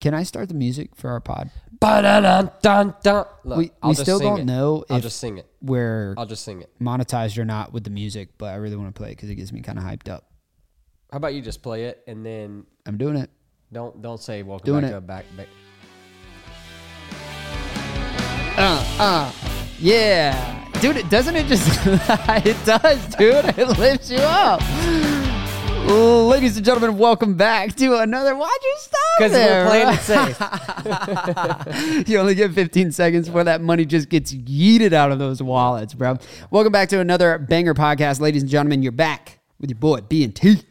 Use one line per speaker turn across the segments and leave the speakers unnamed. Can I start the music for our pod?
Ba-da-da-dun-dun. Look,
we
I'll
we
just
still
sing
don't
it.
know
I'll
if
just sing it.
we're
I'll just sing it.
monetized or not with the music, but I really want to play it because it gets me kind of hyped up.
How about you just play it and then
I'm doing it.
don't don't say welcome
Doing
back
it.
to back, back.
Yeah, dude, it doesn't it just? it does, dude. It lifts you up. Ladies and gentlemen, welcome back to another. Why'd you stop?
Because
there,
we're playing
bro?
it safe.
you only get 15 seconds before that money just gets yeeted out of those wallets, bro. Welcome back to another banger podcast, ladies and gentlemen. You're back with your boy B and T.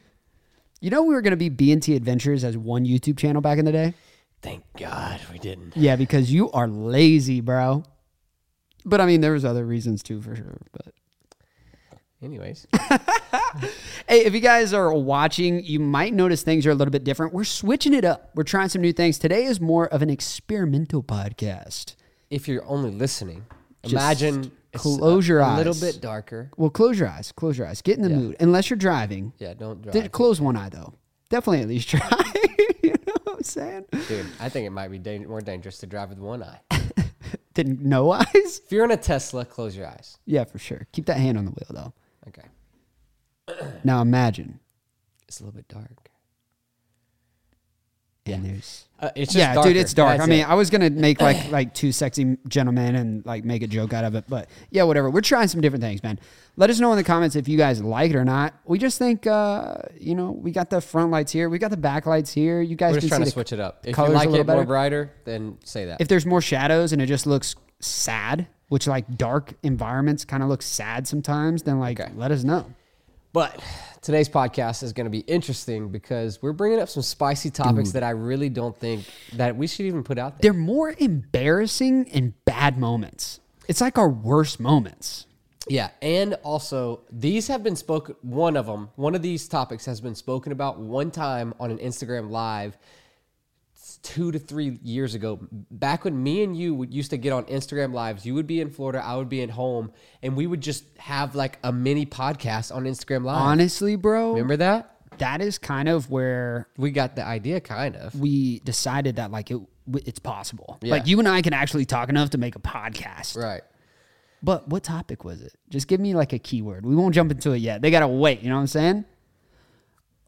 You know we were gonna be B and T Adventures as one YouTube channel back in the day.
Thank God we didn't.
Yeah, because you are lazy, bro. But I mean, there was other reasons too, for sure. But
Anyways,
hey, if you guys are watching, you might notice things are a little bit different. We're switching it up. We're trying some new things. Today is more of an experimental podcast.
if you're only listening, imagine it's
close your
a
eyes.
little bit darker.
Well, close your eyes. Close your eyes. Get in the mood. Unless you're driving.
Yeah, don't drive.
Did, close one eye though. Definitely at least try. you know what I'm saying?
Dude, I think it might be dang- more dangerous to drive with one eye. if
Didn't no eyes.
you're in a Tesla, close your eyes.
Yeah, for sure. Keep that hand on the wheel
Okay.
though. Now imagine.
It's a little bit dark.
And there's
Uh, it's just
yeah,
darker.
dude, it's dark.
That's
I mean,
it.
I was gonna make like like two sexy gentlemen and like make a joke out of it, but yeah, whatever. We're trying some different things, man. Let us know in the comments if you guys like it or not. We just think, uh, you know, we got the front lights here, we got the back lights here. You guys can
we're just trying
see
to
the
switch it up. If you
colors a
like
little
it more
better.
brighter, then say that.
if there's more shadows and it just looks sad, which like dark environments kind of look sad sometimes, then like let us know.
But today's podcast is going to be interesting because we're bringing up some spicy topics that I really don't think that we should even put out there.
They're more embarrassing and bad moments. It's like our worst moments.
Yeah, and also these have been spoken. One of them, one of these topics has been spoken about one time on an Instagram live. It's Two to three years ago, back when me and you would, used to get on Instagram lives, you would be in Florida, I would be at home, and we would just have like a mini podcast on Instagram live.
Honestly, bro,
Remember that?
that is kind of where
We got the idea, kind of.
we decided that like it w- it's possible.
Yeah.
Like you and I can actually talk enough to make a podcast.
Right.
But what topic was it? Just give me like a keyword. We won't jump into it yet. They got to wait, you know what I'm saying?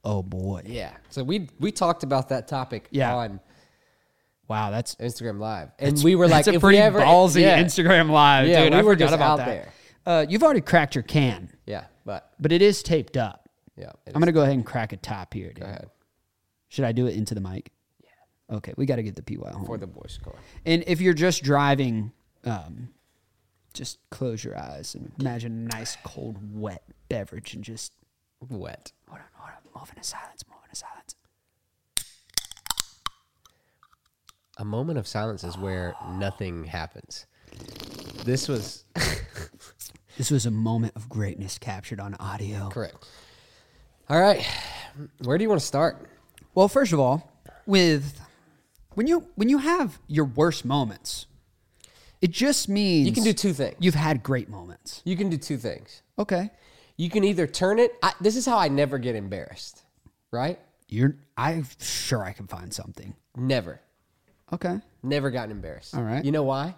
Oh boy.
Yeah. So we we talked about that topic
Yeah.
on
Wow, that's
Instagram Live, and we were like,
That's a
if
pretty
we ever,
ballsy
yeah,
Instagram live,
Yeah,
dude.
we
I
were
forgot
just
about
out
that.
there.
Uh, you've already cracked your can,
yeah, but
but it is taped up.
yeah, it
I'm gonna go ahead and crack a top here, dude.
go ahead
Should I do it into the mic? Yeah. Okay, we got to get the PY home.
for the boys score.
and if you're just driving, um, just close your eyes and imagine a nice cold wet beverage and just
Wet.
hold on, hold on, moving in silence, moving in silence.
A moment of silence is where nothing happens. This was
This was a moment of greatness captured on audio.
correct. All right, where do you want to start?
Well, first of all, with when you when you have your worst moments, it just means
You can do two things.
You've had great moments.
You can do two things.
Okay.
You can either turn it. I, this is how I never get embarrassed, right?
You're I'm sure I can find something.
Never,
Okay.
never gotten embarrassed. All
right.
You know why?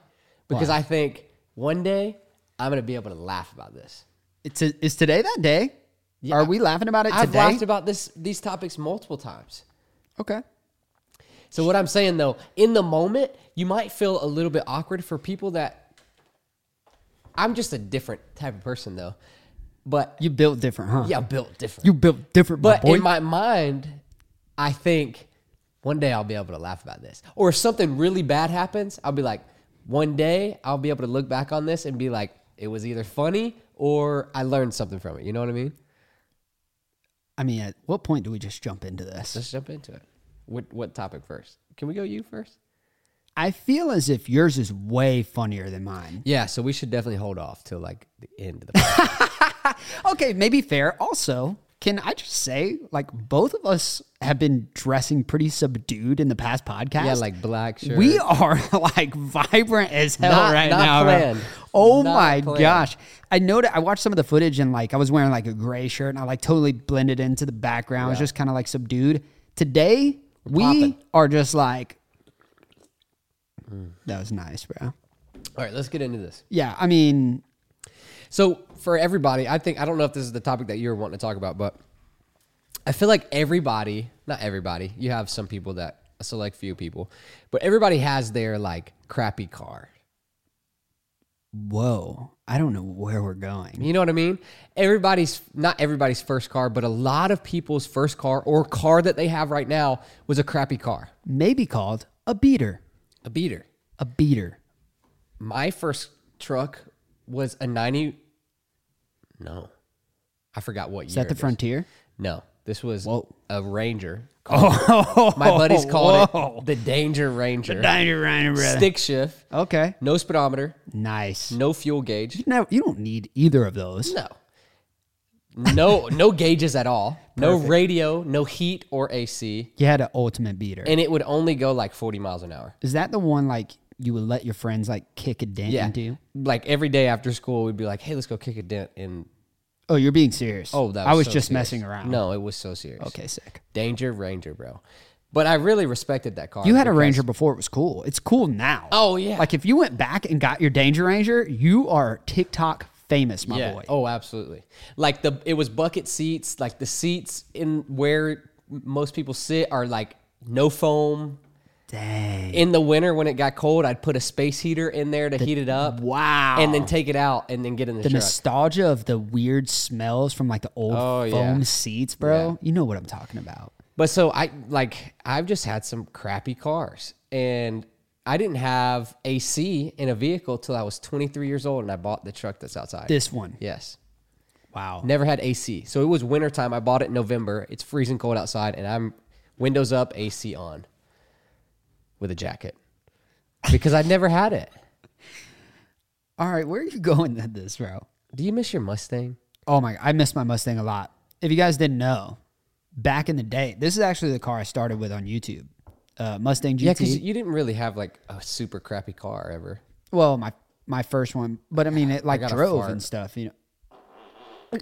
Because I think one day I'm gonna be able to laugh about this.
It's a, is today that day? Are we laughing about it
I've
today?
laughed about this these topics multiple times.
okay.
So what I'm saying though, in the moment, you might feel a little bit awkward for people that I'm just a different type of person though. But
You built different, huh?
yeah, I'm built different.
You built different, my
but
boy.
in my mind, I think one day I'll be able to laugh about this. Or if something really bad happens, I'll be like, one day I'll be able to look back on this and be like, it was either funny or I learned something from it. You know what I mean?
I mean, at what point do we just jump into this?
Let's jump into it. What what topic first? Can we go you first?
I feel as if yours is way funnier than mine.
Yeah, so we should definitely hold off till like the end of the
Okay, maybe fair. Also, can I just say, like, both of us have been dressing pretty subdued in the past podcast.
Yeah, like black shirt.
We are like vibrant as hell
Not-
right
not
now. bro.
planned.
Oh
Not
my
planned.
gosh. I noted I watched some of the footage and like I was wearing like a gray shirt and I like totally blended into the background. It was just kind of like subdued. Today we
popping. Mm.
are just like That was nice, bro.
All right, let's get into this.
Yeah, I mean,
So for everybody, I think I don't know if this is the topic that you're wanting to talk about, but I feel like everybody, not everybody, you have some people that a select few people, but everybody has their like crappy car.
whoa. I don't know where we're going.
You know what I mean? Everybody's not everybody's first car, but a lot of people's first car or car that they have right now was a crappy car,
Maybe called a beater.
a beater.
A beater.
My first truck was a 90 No. I forgot what
Is
year.
that the
it
frontier?
No, this was
Whoa.
a Ranger. Oh, my buddies called it the Danger Ranger.
Diner, diner, brother.
Stick shift,
Okay.
no speedometer,
Nice.
no fuel gauge,
No, you don't need either of those.
no, no, no gauges at all, no radio, no heat or AC,
You had an ultimate beater.
and it would only go like forty miles an hour.
Is that the one like you would let your friends like kick a dent
Yeah,
into?
like every day after school, we'd be like, "Hey, let's go kick a dent." And
Oh, you're being serious.
oh, that
I
was
was
so
just
serious.
messing around.
No, it was so serious.
Okay, sick.
Danger Ranger, bro. But I really respected that car.
You had a
because-
Ranger before it was cool. It's cool now.
Oh, yeah.
Like if you went back and got your Danger Ranger, you are TikTok famous, my boy.
Oh, absolutely. Like the it was bucket seats. Like the seats in where most people sit are like no foam.
Dang.
In the winter when it got cold, I'd put a space heater in there to heat it up.
Wow.
And then take it out and then get in the,
the
truck.
nostalgia of the weird smells from like the old
Oh,
foam
yeah.
seats, bro. You know what I'm talking about.
But so I like I've just had some crappy cars and I didn't have AC in a vehicle till I was 23 years old and I bought the truck that's outside.
This one.
yes.
Wow.
Never had AC. So it was wintertime. I bought it in November. It's freezing cold outside, and I'm windows up, AC on with a jacket because I'd never had it.
All right, where are you going with this, bro?
Do you miss your Mustang?
Oh my! I miss my Mustang a lot. If you guys didn't know, back in the day, this is actually the car I started with on YouTube, uh, Mustang GT.
Yeah, because E you didn't really have like a super crappy car ever.
well, my my first one, but I mean, it like
got a
drove
fart.
and stuff. You know.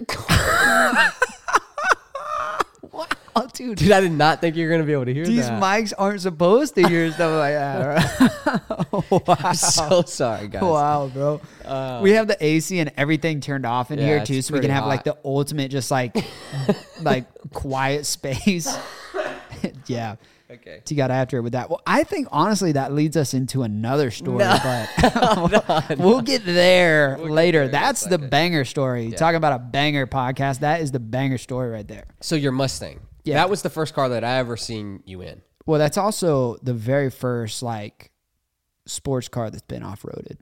wow, Oh, dude.
Dude, I did not think you were gonna be able to hear
These
that.
mics aren't supposed to hear stuff like that.
I'm so sorry, guys.
Bro. wow, bro. we have the AC and everything turned off in
Uh, Yeah,
here too,
it's
so we can
pretty
have like
hot.
the ultimate, just like like quiet space. yeah.
Okay.
You got after it with that. Well, I think honestly that leads us into another story, but we'll get there later. That's the banger story. Talking about a banger podcast, that is the banger story right there.
So your Mustang. Yeah. That was the first car that I ever seen you in.
Well, that's also the very first like sports car that's been off roaded.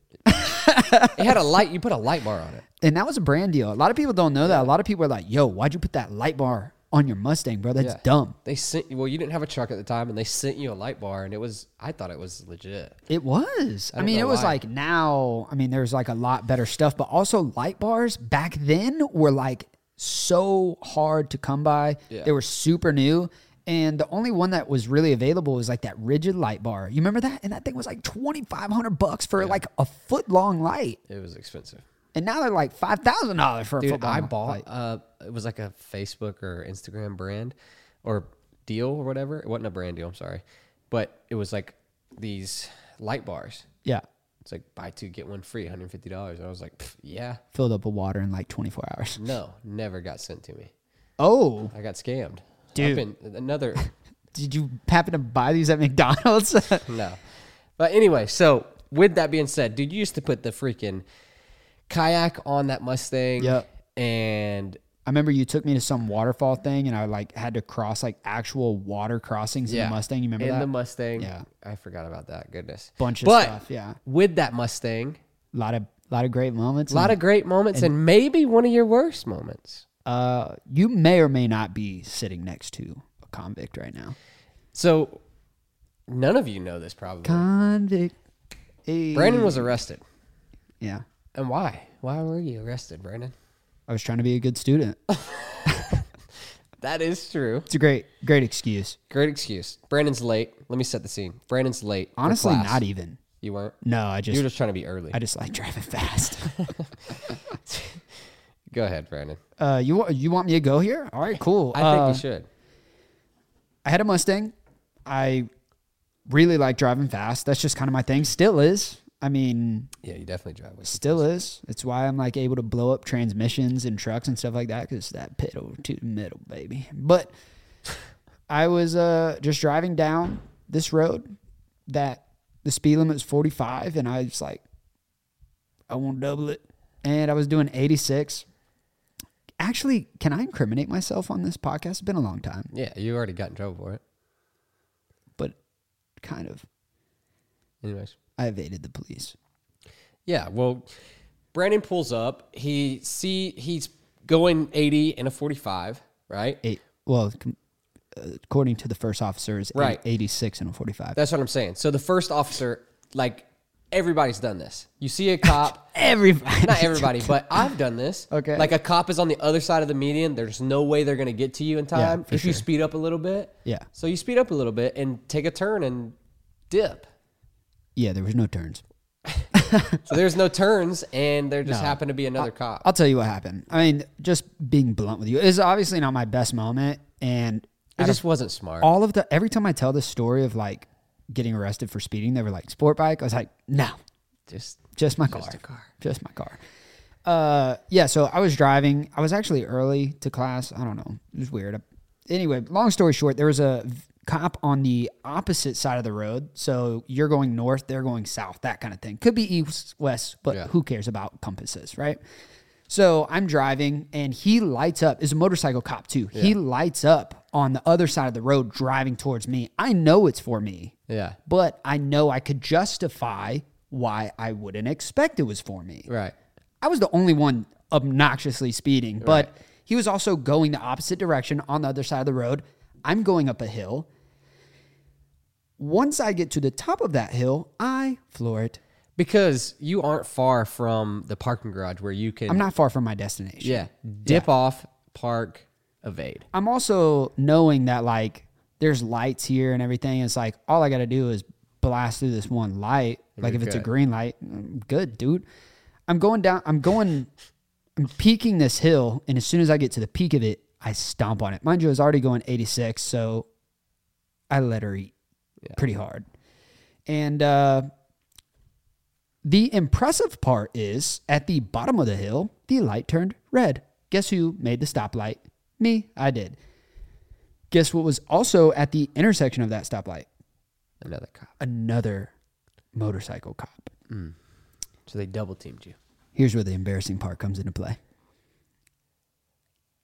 It had a light. You put a light bar on it.
And that was a brand deal. A lot of people don't know that. A lot of people are like, yo, why'd you put that light bar on your Mustang, bro? That's
Yeah.
dumb.
They sent you. Well, you didn't have a truck at the time, and they sent you a light bar, and it was. I thought it was legit.
It was. I, mean,
know
it was
why.
like now, I mean, there's like a lot better stuff, but also light bars back then were like so hard to come by. They were super new. and the only one that was really available was like that rigid light bar. You remember that? And that thing was like twenty five hundred bucks for like a foot long light,
It was expensive.
and now they're like five thousand dollars for a
Dude,
foot long.
I
light.
bought uh it was like a Facebook or Instagram brand or deal or whatever. It wasn't a brand deal, I'm sorry. But it was like these light bars.
yeah,
It's like buy two, get one free, $150. I was like, "Pff, yeah.
filled up with water in like twenty four hours.
No, never got sent to me.
Oh,
I got scammed.
Dude.
I've been another
did you happen to buy these at McDonald's?
no. But anyway, so with that being said, dude, you used to put the freaking kayak on that Mustang.
Yep.
And
I remember you took me to some waterfall thing, and I like had to cross like actual water crossings in
yeah,
the Mustang. You remember
in
that?
the Mustang.
Yeah.
I forgot about that. Goodness.
Bunch of
but
stuff, yeah.
With that Mustang,
a lot of lot of great moments.
a lot of great moments and, maybe one of your worst moments.
uh, you may or may not be sitting next to a convict right now.
So none of you know this probably.
Convict. Hey.
Brandon was arrested.
Yeah,
And why? Why were you arrested, Brandon?
I was trying to be a good student.
That is true.
It's a great great excuse.
Great excuse. Brandon's late. Let me set the scene. Brandon's late. for
Honestly,
class.
not even.
You weren't.
No, I
You
just
were just trying to be early.
I just like driving fast.
Go ahead, Brandon.
uh, you wa- you want me to go here? All right, cool.
I
Uh,
think you should.
I had a Mustang. I really like driving fast. That's just kind of my thing. Still is. I mean,
Yeah, you definitely drive with.
still is. It's why I'm like able to blow up transmissions and trucks and stuff like that because that pedal to the metal, baby. But I was uh, just driving down this road that the speed limit was 45, and I was like, I want to double it. And I was doing 86. Actually, can I incriminate myself on this podcast? It's been a long time
Yeah, you already got in trouble for it.
but kind of.
Anyways.
I evaded the police.
Yeah, well, Brandon pulls up. He see he's going 80 and a 45, right?
Eight. Well, com- uh, according to the first officer, is
Right.
86 and a 45.
That's what I'm saying. So the first officer, like everybody's done this. You see a cop,
everybody.
not everybody, but I've done this.
Okay.
Like a cop is on the other side of the median. There's no way they're gonna get to you in time
for
if you
sure.
speed up a little bit.
Yeah.
So you speed up a little bit and take a turn and dip.
yeah, there was no turns.
So there's no turns, and there just happened to be another cop.
I'll tell you what happened. I mean, just being blunt with you, it's obviously not my best moment. And
it just wasn't smart.
all of the, every time I tell this story of like getting arrested for speeding, they were like, sport bike. I was like, no,
just
just my car. Just my car. Uh, yeah, so I was driving. I was actually early to class. I don't know. It was weird. Anyway, long story short, there was a v- cop on the opposite side of the road. So you're going north, they're going south, that kind of thing. Could be east, west, but
Yeah.
who cares about compasses, right? So I'm driving and he lights up, is a motorcycle cop too. He lights up on the other side of the road driving towards me. I know it's for me
yeah.
but I know I could justify why I wouldn't expect it was for me.
Right.
I was the only one obnoxiously speeding, but he was also going the opposite direction on the other side of the road. I'm going up a hill. Once I get to the top of that hill, I floor it.
Because you aren't far from the parking garage where you can
I'm not far from my destination.
yeah, dip off, park, evade.
I'm also knowing that like there's lights here and everything. It's like all I got to do is blast through this one light. like if it's a
good.
green light, I'm good, dude. I'm going down. I'm going. I'm peaking this hill, and as soon as I get to the peak of it, I stomp on it. Mind you, I was already going 86, so I let her eat pretty hard. And uh, the impressive part is at the bottom of the hill, the light turned red. Guess who made the stoplight? Me, I did. Guess what was also at the intersection of that stoplight?
Another cop.
Another motorcycle cop.
So they double teamed you.
Here's where the embarrassing part comes into play.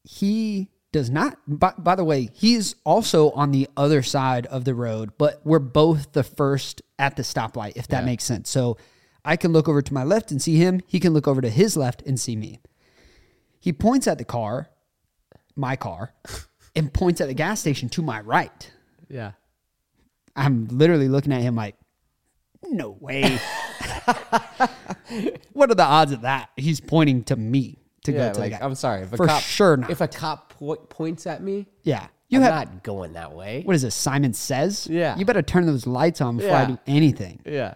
He does not, by, by the way, he's also on the other side of the road, but we're both the first at the stoplight, if that makes sense. So I can look over to my left and see him. He can look over to his left and see me. He points at the car, my car, and points at the gas station to my right.
Yeah.
I'm literally looking at him like, no way. what are the odds of that? He's pointing to me to
Yeah,
go to
like
the guy.
I'm sorry. If a
For
cop,
sure not.
If a cop po- points at me,
yeah. You
I'm
have-
not going that way.
What is this? Simon says?
Yeah.
You better turn those lights on before I
Yeah.
do anything.
Yeah.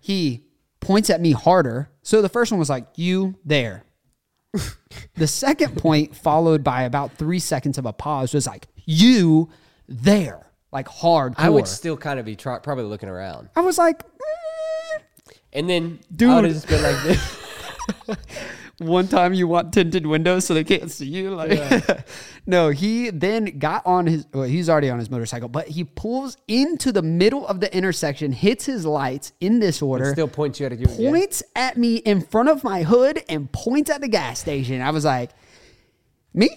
He points at me harder. So the first one was like, you there. the second point, followed by about three seconds of a pause, was like, you there. Like hard.
I would still kind of be try- probably looking around.
I was like,
And then I
Dude.
would have just been like this.
one time you want tinted windows so they can't see you like no he then got on his well, he's already on his motorcycle but he pulls into the middle of the intersection hits his lights in this order
still point you at your yeah.
points at me in front of my hood and points at the gas station i was like me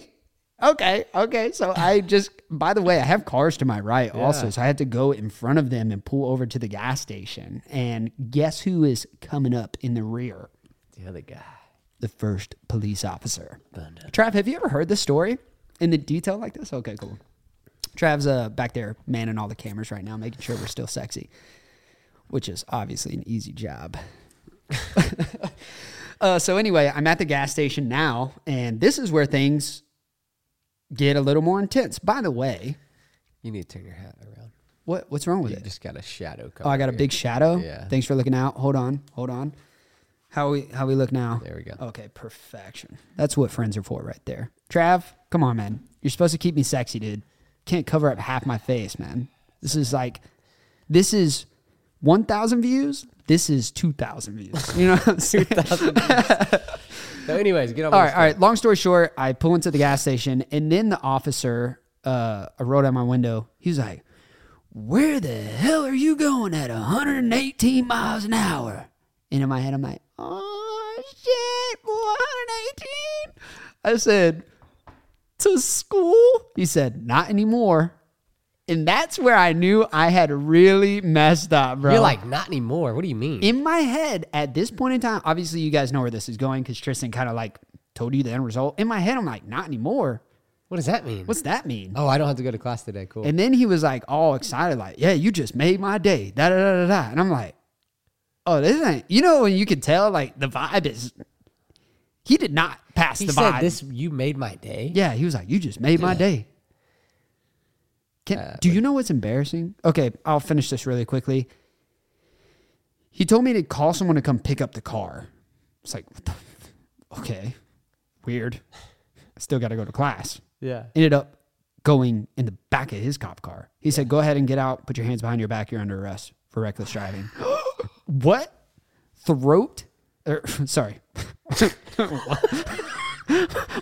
okay okay so i just by the way i have cars to my right also so i had to go in front of them and pull over to the gas station and guess who is coming up in the rear
the other guy.
the first police officer. Trav, have you ever heard this story in the detail like this? Okay, cool. Trav's uh, back there manning all the cameras right now, making sure we're still sexy, which is obviously an easy job. uh, so, anyway, I'm at the gas station now, and this is where things get a little more intense. By the way,
You need to turn your hat around.
what, what's wrong with
You
it?
just got a shadow
Oh,
cover.
I got a
here.
big shadow.
Yeah.
Thanks for looking out. Hold on. Hold on. How we how we look now?
There we go.
Okay, perfection. That's what friends are for right there. Trav, come on, man. You're supposed to keep me sexy, dude. Can't cover up half my face, man. This is like this is 1000 views. This is 2000 views. You know what I'm saying?
So anyways, get on
All
my
right, all right. Long story short, I pull into the gas station, and then the officer, uh, I rolled out my window. He's like, "Where the hell are you going at 118 miles an hour?" And in my head, I'm like, "Oh shit, 118." I said, "To school?" He said, "Not anymore." And that's where I knew I had really messed up, bro.
You're like, not anymore. What do you mean?
In my head, at this point in time, obviously you guys know where this is going because Tristan kind of like told you the end result. In my head, I'm like, not anymore.
what does that mean?
What's that mean?
oh, I don't have to go to class today. Cool.
And then he was like all excited, like, yeah, you just made my day. Da da da da da. And I'm like, oh, this ain't you know when you can tell like the vibe is he did not pass
he
the
said
vibe.
this. You made my day.
Yeah, he was like, "You just made my day." Can, do you know what's embarrassing? Okay, I'll finish this really quickly. He told me to call someone to come pick up the car. It's like, what the f- okay, weird. I still got to go to class.
Yeah.
Ended up going in the back of his cop car. He said, "Go ahead and get out. Put your hands behind your back. You're under arrest for reckless driving." what? Throat? Er, sorry.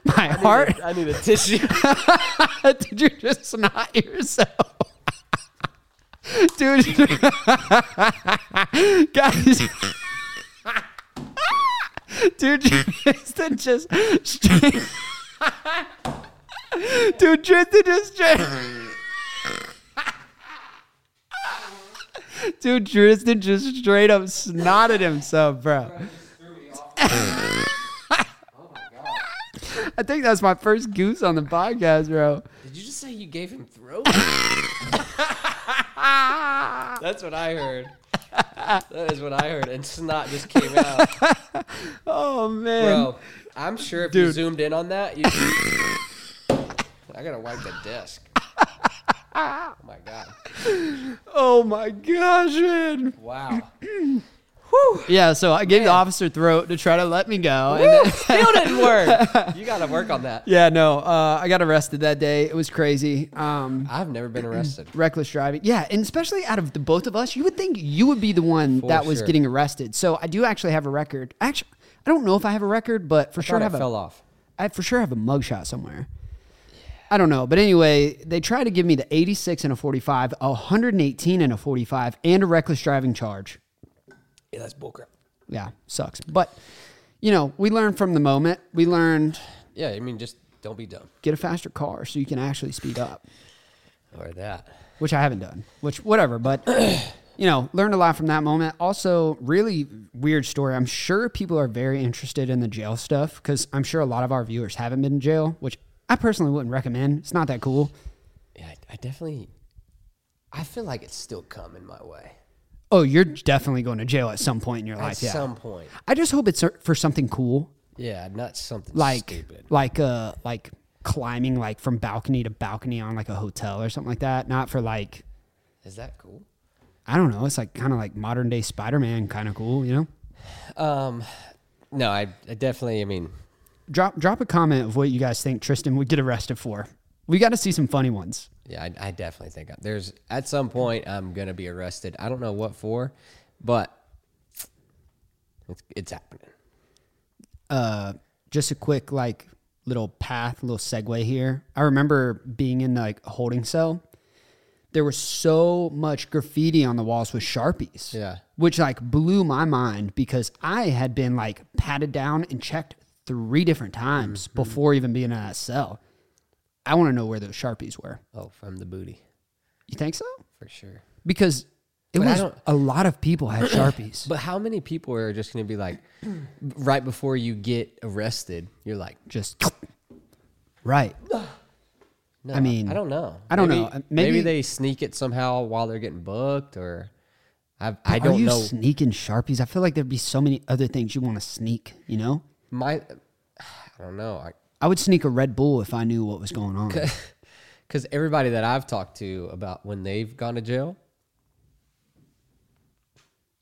My heart
I need a tissue.
Did you just snot yourself? Dude, guys. Dude, Tristan just. Dude, Tristan just. Dude, Tristan just straight up snotted himself, bro. I think that's my first goose on the podcast, bro.
Did you just say you gave him throat? That's what I heard. That is what I heard, and snot just came out,
Oh, man.
bro. I'm sure if you zoomed in on that, you. I gotta wipe the desk. Oh my god!
Oh my gosh, man.
Wow.
Yeah, so I gave the officer throat to try to let me go. And
Woo, still didn't work. You gotta work on that.
yeah, no, uh, I got arrested that day. It was crazy. Um,
I've never been arrested.
reckless driving. Yeah, and especially out of the both of us, you would think you would be the one that was
sure.
getting arrested. So I do actually have a record. Actually, I don't know if I have a record, but for sure
Thought
I
I
have
fell
a,
off.
I for sure have a mugshot somewhere. I don't know, but anyway, they tried to give me the 86 and a 45, a 118 and a 45, and a reckless driving charge.
Yeah, that's bullcrap.
yeah, sucks. But you know, we learned from the moment. We learned
Yeah, I mean, just don't be dumb
get a faster car so you can actually speed up,
or that.
which I haven't done. Which whatever, but you know, learned a lot from that moment. Also, really weird story. I'm sure people are very interested in the jail stuff because I'm sure a lot of our viewers haven't been in jail, which I personally wouldn't recommend. It's not that cool.
Yeah, I, I definitely. I feel like it's still coming my way
Oh, you're definitely going to jail at some point in your
at
life. Yeah.
some point.
I just hope it's for uh, something cool
Yeah, not something
like
stupid.
like uh like climbing like from balcony to balcony on like a hotel or something like that. Not for like
Is that cool?
I don't know. It's like kind of like modern day Spider Man, kind of cool, you know.
No, I, I definitely. I mean,
Drop drop a comment of what you guys think Tristan would get arrested for. We got to see some funny ones.
yeah, I, I definitely think there's at some point I'm gonna be arrested. I don't know what for, but it's it's happening.
just a quick like little path, little segue here. I remember being in like a holding cell. There was so much graffiti on the walls with sharpies.
Yeah.
Which like blew my mind because I had been like patted down and checked three different times
Mm-hmm.
before even being in that cell. I want to know where those sharpies were.
Oh, from the booty
You think so?
for sure.
Because it
But I
was
don't-
a lot of people had sharpies.
But how many people are just gonna be like, right before you get arrested, you're like,
just right.
no,
I mean,
I don't know.
I don't
Maybe-
know. Maybe-
Maybe, they sneak it somehow while they're getting booked, or I I
Are
don't
you
know.
sneaking sharpies? I feel like there'd be so many other things you want to sneak. You know,
My, I don't know. I,
I would sneak a Red Bull if I knew what was going on.
Because everybody that I've talked to about when they've gone to jail,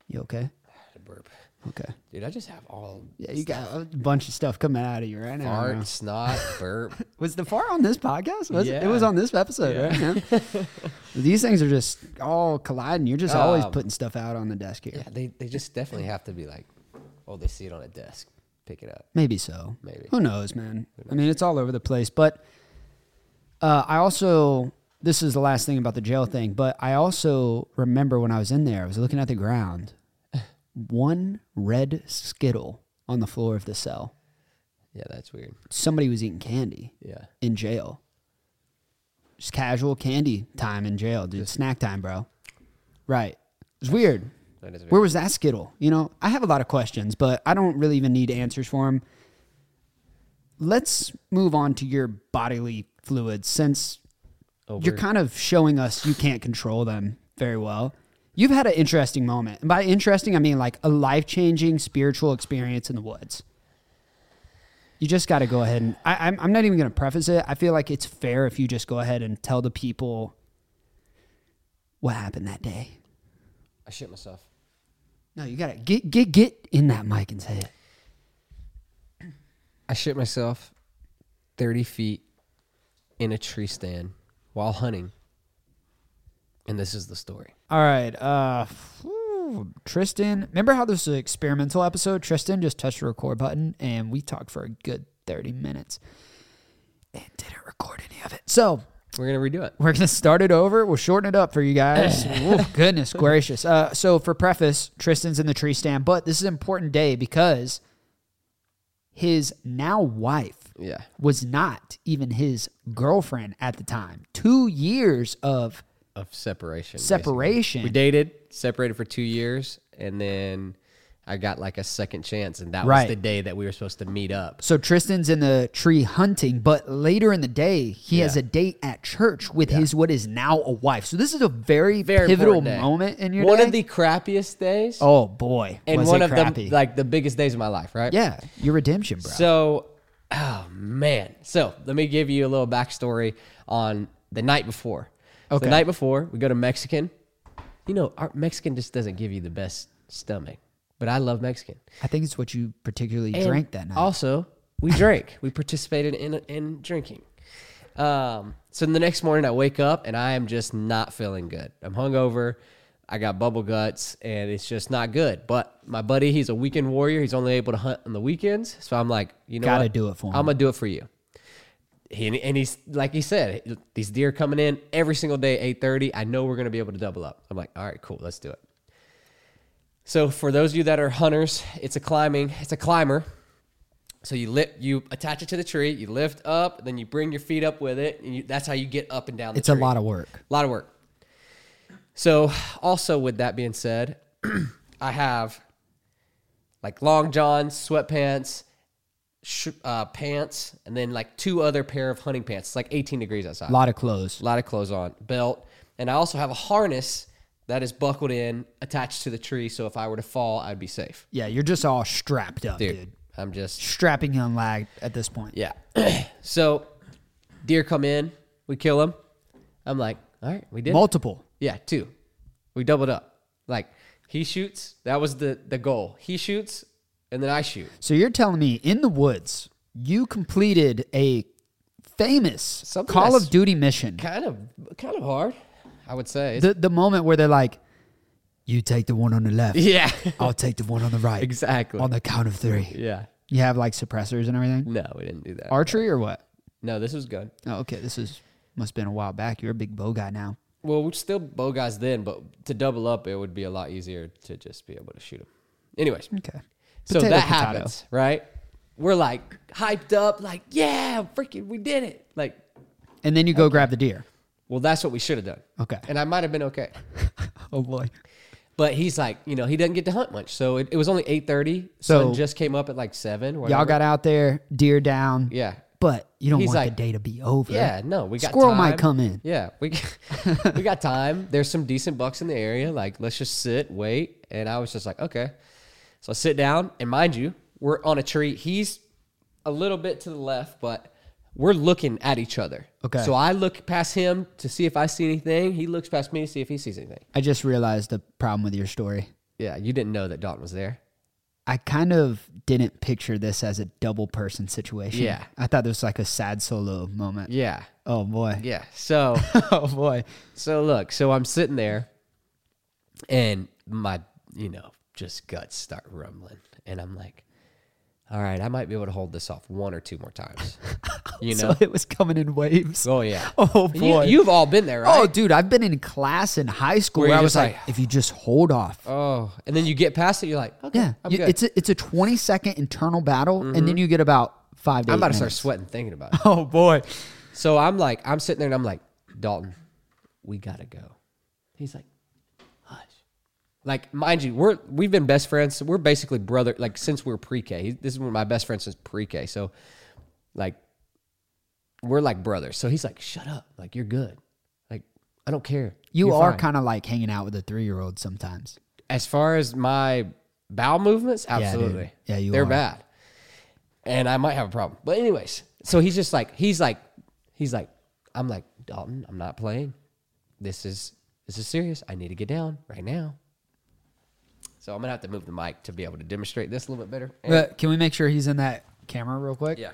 You okay?
I had a burp.
Okay.
Dude, I just have all
Yeah, you got a bunch of stuff coming out of you right now. I don't know.
fart, snot, burp.
Was the far on this podcast? Was it? it
Yeah.
was on this episode, right? Yeah. These things are just all colliding. You're
Oh.
just always putting stuff out on the desk here.
Yeah, they, they just definitely have to be like, oh, they see it on a desk, pick it up.
Maybe so.
Maybe.
Who knows, man? I mean, it's all over the place. But uh, I also, this is the last thing about the jail thing, but I also remember when I was in there, I was looking at the ground, one red Skittle on the floor of the cell.
Yeah, that's weird.
Somebody was eating candy
Yeah.
in jail. Just casual candy time in jail, dude. Snack time, bro. Right. It's weird.
That is weird.
Where was that Skittle? You know, I have a lot of questions, but I don't really even need answers for them. Let's move on to your bodily fluids since you're kind of showing us you can't control them very well. You've had an interesting moment. And by interesting, I mean like a life changing spiritual experience in the woods. You just got to go ahead and I, I'm, I'm not even going to preface it. I feel like it's fair if you just go ahead and tell the people what happened that day.
I shit myself.
No, you gotta get get get in that mic and say it.
I shit myself 30 feet in a tree stand while hunting. And this is the story.
All right, uh, phew, Tristan. Remember how this was an experimental episode? Tristan just touched the record button, and we talked for a good thirty minutes, and didn't record any of it. So
We're going to redo it.
we're gonna start it over. We'll shorten it up for you guys. oh, goodness gracious. Uh, so for preface, Tristan's in the tree stand, but this is an important day because his now wife
Yeah.
was not even his girlfriend at the time. Two years of
Of separation. basically.
separation.
We dated, separated for two years, and then I got like a second chance, and that
Right.
was the day that we were supposed to meet up.
So Tristan's in the tree hunting, but later in the day, he has
Yeah.
a date at church with his what is now a wife. So this is a very, pivotal
important day.
moment in your
one
day.
of the crappiest days,
oh boy,
and
was
one
it
of
crappy.
the like the biggest days of my life. Right?
yeah, your redemption, bro.
So, oh man. So let me give you a little backstory on the night before. So
Okay.
the night before, we go to Mexican. You know, our Mexican just doesn't give you the best stomach, but I love Mexican.
I think it's what you particularly
And
drank that night.
Also, we drank. we participated in in drinking. Um, so the next morning, I wake up and I am just not feeling good. I'm hungover. I got bubble guts, and it's just not good. But my buddy, he's a weekend warrior. He's only able to hunt on the weekends. So I'm like, you know,
Gotta
what?
do it for him.
I'm gonna do it for you. He, and he's like he said, these deer coming in every single day, eight thirty. I know we're gonna be able to double up. I'm like, all right, cool, let's do it. So for those of you that are hunters, it's a climbing, it's a climber. So you lift, you attach it to the tree, you lift up, then you bring your feet up with it, and you, that's how you get up and down. The
it's a
tree.
lot of work.
A lot of work. So, also with that being said, I have like long johns, sweatpants, sh- uh, pants, and then like two other pair of hunting pants. It's like 18 degrees outside.
A lot of clothes.
A lot of clothes on, belt, and I also have a harness that is buckled in, attached to the tree. So if I were to fall, I'd be safe.
Yeah, you're just all strapped up, dude.
Dude, I'm just
Strapping young lag at this point.
Yeah. so Deer come in, we kill them. I'm like, all right, we did. it.
Multiple.
Yeah, two. We doubled up. Like he shoots. That was the the goal. He shoots, and then I shoot.
So you're telling me in the woods, you completed a famous
Something
Call
that's-
of Duty mission.
Kind of, kind of hard. I would say.
The the moment where they're like, "You take the one on the left,
yeah.
I'll take the one on the right."
Exactly.
On the count of three,
yeah. Mm.
you have like suppressors and everything.
No, we didn't do that.
Archery or what?
no, this was good.
Oh, okay. This is must have been a while back. You're a big bow guy now.
Well, we're still bow guys then, but to double up, it would be a lot easier to just be able to shoot them. Anyways,
Okay.
so
Potato,
that
potato.
happens, right? We're like hyped up, like yeah, freaking, we did it. Like,
And then you go grab the deer.
well, that's what we should have done.
Okay.
and I might have been okay.
Oh boy.
But he's like, you know, he doesn't get to hunt much. So it, it was only eight thirty.
So-
So Sun just came up at like seven.
Y'all
whatever.
got out there, deer down.
yeah,
But you don't
He's
want
like,
the day to be over.
yeah. No, we got
squirrel
time.
might come in.
Yeah, we we got time. There's some decent bucks in the area. Like, let's just sit, wait. And I was just like, okay. So I sit down, and mind you, we're on a tree. He's a little bit to the left, but we're looking at each other.
Okay.
So I look past him to see if I see anything. He looks past me to see if he sees anything.
I just realized the problem with your story.
Yeah, you didn't know that Dalton was there.
I kind of didn't picture this as a double person situation.
Yeah.
I thought this was like a sad solo moment.
Yeah.
Oh boy.
Yeah. So
oh boy.
So look, so I'm sitting there, and my you know just guts start rumbling, and I'm like, all right, I might be able to hold this off one or two more times, you know.
So it was coming in waves.
oh yeah.
Oh,
And
boy.
You, have all been there,
Oh,
right?
dude, I've been in class in high school
Where
where,
you're
I was
just
like,
like,
if you just hold off.
Oh, and then you get past it, you're like, okay,
yeah.
I'm
You-
good. Mm-hmm.
it's a, it's a 20 second internal battle and then you get about 5 to
I'm
eight
about to start
minutes.
sweating thinking about it.
Oh boy.
So I'm like, I'm sitting there and I'm like, Dalton, we gotta go. He's like, hush. Like, mind you, we're we've been best friends. So we're basically brother, like since we were pre-K. He, this is one of my best friends since pre-K. So, like, we're like brothers. So he's like, shut up. Like, you're good. Like, I don't care.
You
You're
are
fine."
kind of like hanging out with a 3-year-old sometimes.
as far as my bowel movements,
dude.
absolutely.
Yeah, you
They're
are.
bad. And I might have a problem. But anyways, so he's just like he's like he's like I'm like Dalton, I'm not playing. This is this is serious. I need to get down right now. So I'm going to have to move the mic to be able to demonstrate this a little bit better. And-
Uh, can we make sure he's in that camera real quick?
yeah.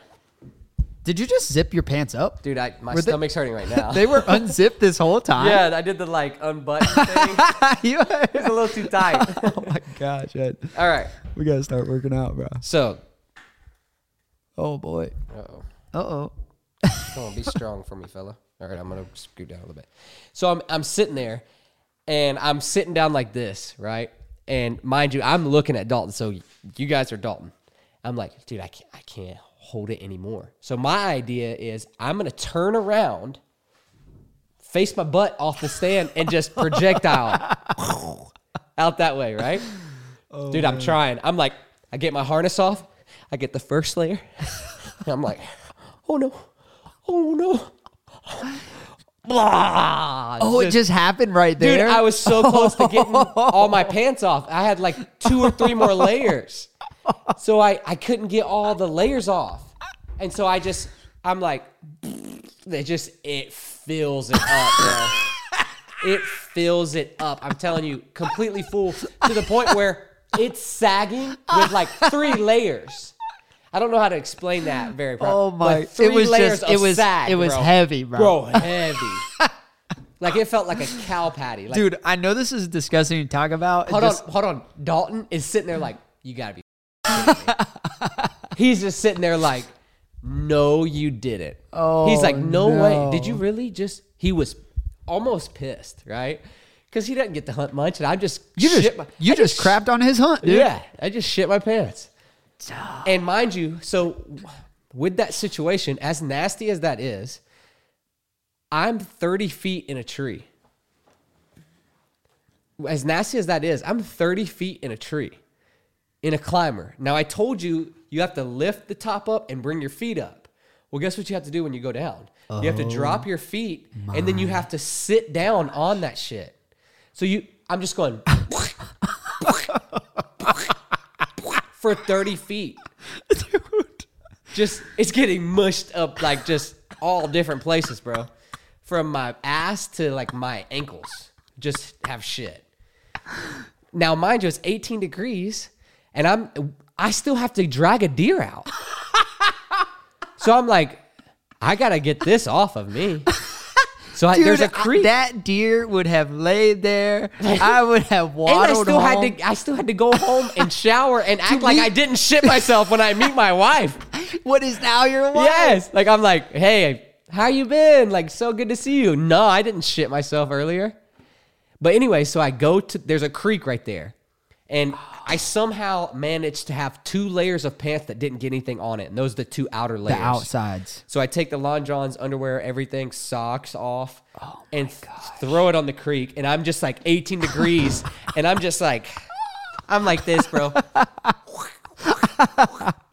Did you just zip your pants up?
Dude, I, my
Were they-
stomach's hurting right now.
They were unzipped this whole time.
yeah, I did the like unbutton thing.
You-
It's a little too tight.
oh my gosh, Ed.
All right.
we gotta start working out, bro.
So,
Oh boy.
uh-oh.
Uh oh.
Come on, be strong for me, fella. All right, I'm gonna scoot down a little bit. So I'm I'm sitting there, and I'm sitting down like this, right? And mind you, I'm looking at Dalton. So you guys are Dalton. I'm like, dude, I can't I can't hold it anymore. So my idea is I'm gonna turn around, face my butt off the stand, and just projectile out that way, right?
Oh,
dude, I'm trying. I'm like, I get my harness off. I get the first layer. and I'm like, oh no, oh no. Blah.
Oh, it just happened right
dude,
there.
I was so close to getting all my pants off. I had like two or three more layers. So I, I couldn't get all the layers off. And so I just, I'm like, it just, it fills it up, bro. It fills it up. I'm telling you, completely full to the point where it's sagging with like three layers. I don't know how to explain that very properly.
Oh my-
but three
it was
layers
just-
of
it was-
sag,
it was
bro.
heavy, bro.
Bro, heavy. like it felt like a cow patty. Like,
dude, I know this is disgusting to talk about. It
hold
just-
on, hold on. Dalton is sitting there like, you gotta be. kidding me." He's just sitting there like, no, you didn't. Oh, he's like, no, way. Did you really just? He was almost pissed, right? Because he doesn't get to hunt much, and I just
You
shit
just
my-
you
I
just, crapped on his hunt, dude.
Yeah, I just shit my pants. And mind you, so with that situation, as nasty as that is, I'm 30 feet in a tree. As nasty as that is, I'm 30 feet in a tree in a climber. Now, I told you you have to lift the top up and bring your feet up. Well, guess what you have to do when you go down? you have to drop your feet and then you have to sit down on that shit. So you, I'm just going for 30 feet. Just, it's getting mushed up like just all different places, bro. From my ass to like my ankles, just have shit. Now, mind you, it's 18 degrees, and I'm I still have to drag a deer out. so I'm like, I gotta get this off of me. So I, Uh, there's a
Dude, I-
creek.
that deer would have laid there. I would have
and I
waddled
still
home.
had to I still had to go home and shower and act like
meet-
I didn't shit myself when I meet my wife.
What is now your wife?
Yes. Like I'm like, hey, how you been? Like so good to see you. No, I didn't shit myself earlier. But anyway, so I go to there's a creek right there. And I somehow managed to have two layers of pants that didn't get anything on it. And those are the two outer
The
layers.
outsides.
So I take the Lon John's underwear, everything, socks off, and th- throw it on the creek. And I'm just like 18 degrees, and I'm just like, I'm like this, bro.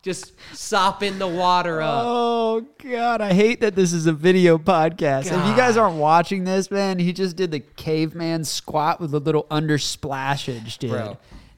just sopping the water up.
Oh God, I hate that this is a video podcast. If you guys aren't watching this, man, he just did the caveman squat with a little undersplashage, dude.
bro.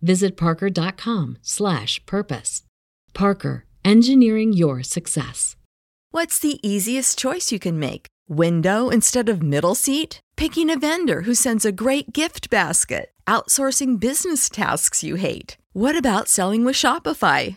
visit parker.com/purpose. Parker, engineering your success.
What's the easiest choice you can make? Window instead of middle seat? Picking a vendor who sends a great gift basket? Outsourcing business tasks you hate? What about selling with Shopify?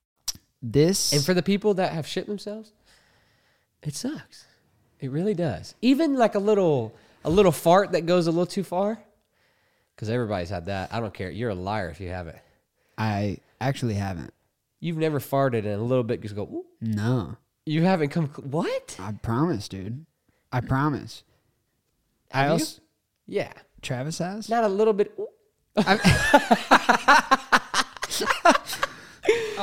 This
And for the people that have shit themselves, it sucks. It really does. Even like a little a little fart that goes a little too far. Cause everybody's had that. I don't care. You're a liar if you haven't.
I actually haven't.
You've never farted and a little bit just go, Ooh,
No,
you haven't come cl- what?
I promise, dude. I promise. I
Have you?
also
Yeah.
Travis has.
Not a little bit. Ooh.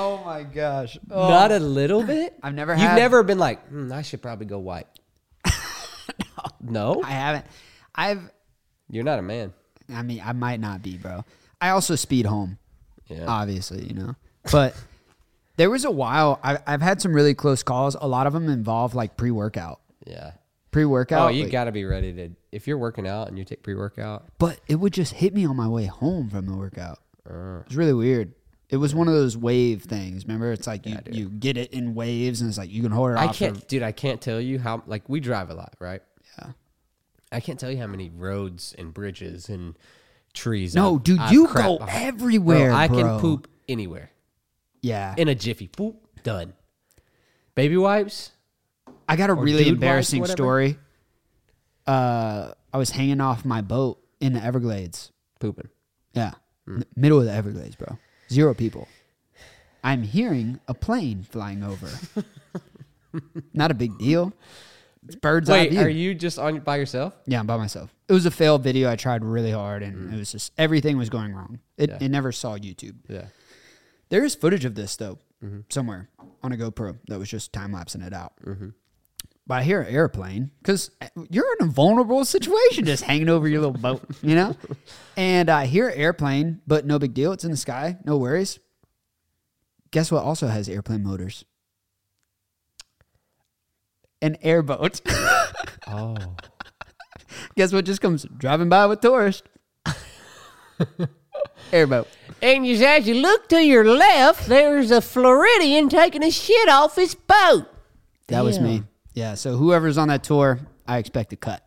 Oh my gosh. Oh,
Not a little bit.
I've never
You've
had-
never been like, "Hmm, I should probably go white. no,
I haven't. I've.
you're not a man.
I mean, I might not be, bro. I also speed home.
Yeah.
obviously, you know. But there was a while I, I've had some really close calls. A lot of them involve like pre workout,
yeah.
pre
Oh,
workout.
you got to be ready to. If you're working out and you take pre-workout,
But it would just hit me on my way home from the workout.
Uh.
It's really weird. It was one of those wave things. Remember, it's like you, you get it in waves, and it's like you can hold it
I
off.
can't, dude. I can't tell you how. Like we drive a lot, right? Yeah. I can't tell you how many roads and bridges and trees.
No,
I've-
dude,
I've
you
crap-
go
Bro,
everywhere,
I
bro.
can poop anywhere
yeah,
in a jiffy. Poop done. Baby wipes.
I got a really
dude wipes,
embarrassing
whatever.
story. Uh, I was hanging off my boat in the Everglades.
Pooping.
Yeah.
Hmm.
M- Middle of the Everglades, bro. Zero people. I'm hearing a plane flying over. Not a big deal. It's birds eye
Wait,
view.
are you just on by yourself?
yeah, I'm by myself. It was a failed video. I tried really hard and it was just everything was going wrong. It, it never saw YouTube.
Yeah.
There is footage of this though, somewhere on a GoPro that was just time lapsing it out. But I hear an airplane because you're in a vulnerable situation, just hanging over your little boat, you know. And I hear an airplane, but no big deal. It's in the sky, no worries. Guess what? Also has airplane motors. An airboat.
Oh.
Guess what? Just comes driving by with tourist. airboat.
And you, as you look to your left, there's a Floridian taking a shit off his boat.
That was me. Yeah. So whoever's on that tour, I expect a cut.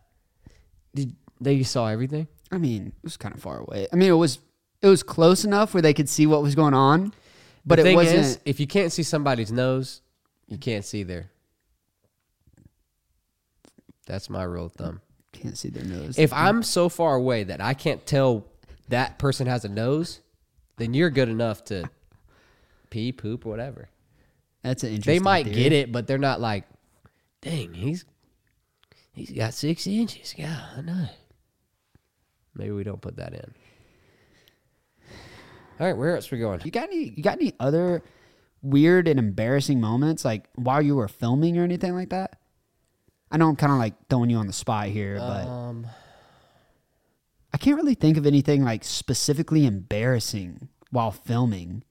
Did they saw everything?
I mean, it was kind of far away. I mean, it was it was close enough where they could see what was going on, but
the
it
thing
wasn't.
is, if you can't see somebody's nose, you can't see there. That's my rule of thumb.
can't see their nose.
If I'm so far away that I can't tell that person has a nose, then you're good enough to pee, poop, or whatever.
That's an interesting.
They might
theory.
get it, but they're not like, dang, he's he's got six inches. Yeah, I know. Maybe we don't put that in. All right, where else we going?
You got any? You got any other weird and embarrassing moments like while you were filming or anything like that? I know I'm kind of like throwing you on the spot here, but I can't really think of anything like specifically embarrassing while filming.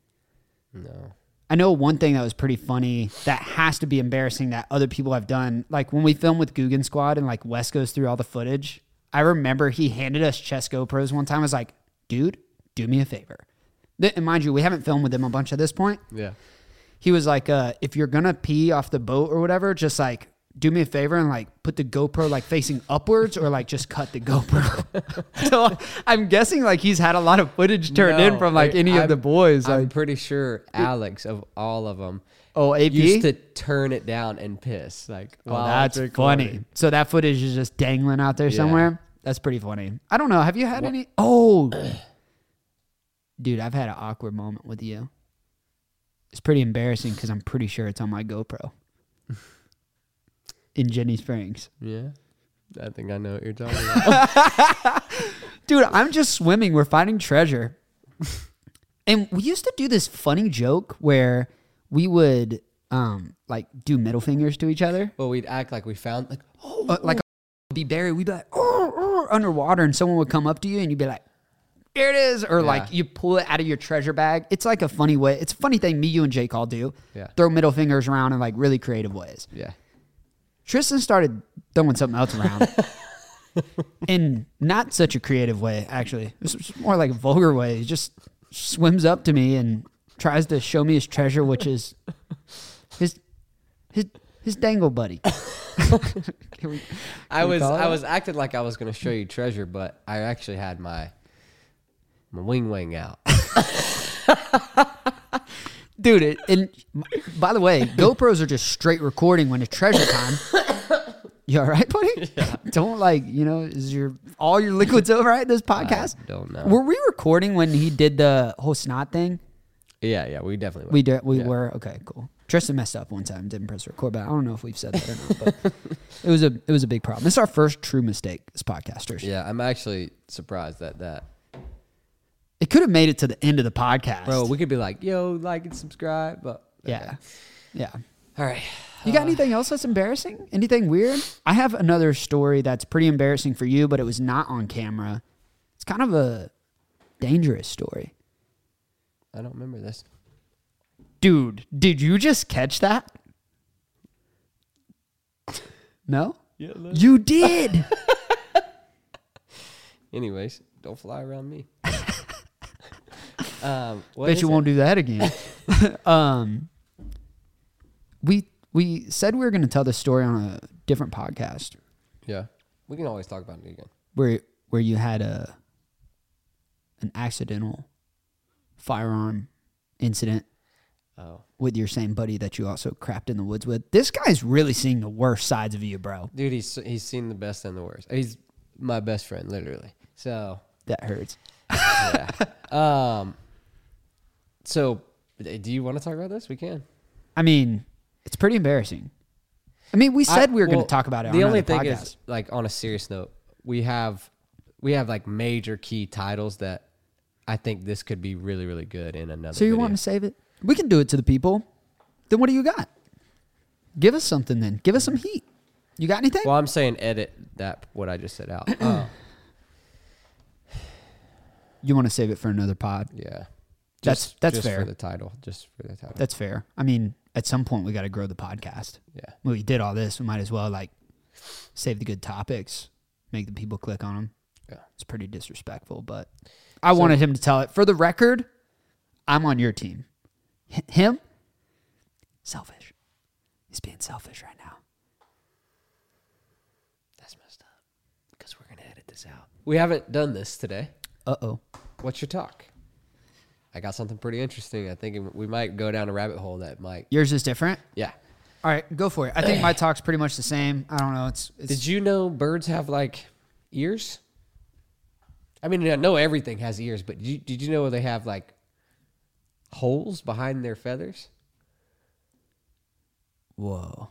No.
I know one thing that was pretty funny that has to be embarrassing that other people have done. Like when we filmed with Guggen Squad and like Wes goes through all the footage, I remember he handed us chess GoPros one time. I was like, dude, do me a favor. Th- And mind you, we haven't filmed with them a bunch at this point.
Yeah.
He was like, uh, if you're going to pee off the boat or whatever, just like do me a favor and like put the GoPro like facing upwards or like just cut the GoPro. so I'm guessing like he's had a lot of footage turned in
No,
from like
I-
any of
I'm-
the boys.
I'm
like,
pretty sure Alex of all of them.
oh, AP?
used to turn it down and piss. Like,
Oh,
while
that's
it's
funny.
recording.
So that footage is just dangling out there somewhere. That's pretty funny. I don't know. Have you had any? Oh, dude, I've had an awkward moment with you. It's pretty embarrassing because I'm pretty sure it's on my GoPro in Jenny Springs.
Yeah, I think I know what you're talking about.
Dude, I'm just swimming. We're finding treasure. and we used to do this funny joke where we would um like do middle fingers to each other.
well, we'd act like we found like, oh,
uh, like a be buried, we'd be like "Oh, oh," underwater, and someone would come up to you, and you'd be like, "Here it is," or like you pull it out of your treasure bag. It's like a funny way. It's a funny thing me, you, and Jake all do.
Yeah.
Throw middle fingers around in like really creative ways.
yeah,
Tristan started throwing something else around. In not such a creative way, actually. It's it's more like a vulgar way. He just swims up to me and tries to show me his treasure, which is his his his dangle buddy. Can we-
I was
call it
I
that?
was acting like I was gonna show you treasure, but I actually had my my wing wing out.
dude. It, and by the way, GoPros are just straight recording when it's treasure time. You all right, buddy? Don't like you know. Is your all your liquids all right? This podcast.
don't know.
Were we recording when he did the whole snot thing?
yeah, yeah, we definitely
We did. We were okay. Cool. Tristan messed up one time. Didn't press record, but I don't know if we've said that or not. But it was a it was a big problem. It's our first true mistake as podcasters.
Yeah, I'm actually surprised that that.
It could have made it to the end of the podcast,
Bro, we could be like, yo, like and subscribe, but
yeah, yeah.
all right. Uh,
You got anything else that's embarrassing? Anything weird? I have another story that's pretty embarrassing for you, but it was not on camera. It's kind of a dangerous story.
I don't remember this.
Dude, did you just catch that? No? Yeah, you did.
Anyways, don't fly around me. um, what
Bet
is
you
it?
won't do that again. um, we we said we were going to tell this story on a different podcast
Yeah, we can always talk about it again.
where where you had a an accidental firearm incident
Oh.
with your same buddy that you also crapped in the woods with. This guy's really seeing the worst sides of you, bro.
dude he's he's seen the best and the worst he's my best friend literally so
That hurts.
um so uh, do you want to talk about this we can
I mean, it's pretty embarrassing. I mean, we said
I-
we were going
well,
to talk about it.
the
on
only
another
thing
podcast.
is like on a serious note we have we have like major key titles that i think this could be really really good in another
so you
video.
want to save it? We can do it to the people. Then what do you got? Give us something. Then give us some heat. You got anything?
Mm-hmm. well i'm saying edit that what i just said out oh
you want to save it for another pod?
yeah
That's- that's
just
fair.
for the title just for the title
That's fair. I mean, at some point we got to grow the podcast.
yeah
Well, we did all this. We might as well like save the good topics, make the people click on them.
Yeah.
It's pretty disrespectful, but I wanted him to tell it. For the record, I'm on your team. H- him, selfish. He's being selfish right now. this out.
We haven't done this today.
Uh oh.
What's your talk? I got something pretty interesting. I think we might go down a rabbit hole that might.
Yours is different.
Yeah.
All right, go for it. I think my talk's pretty much the same. I don't know. It's, it's
Did you know birds have like ears? I mean, I know everything has ears, but did you, did you know they have like holes behind their feathers?
whoa.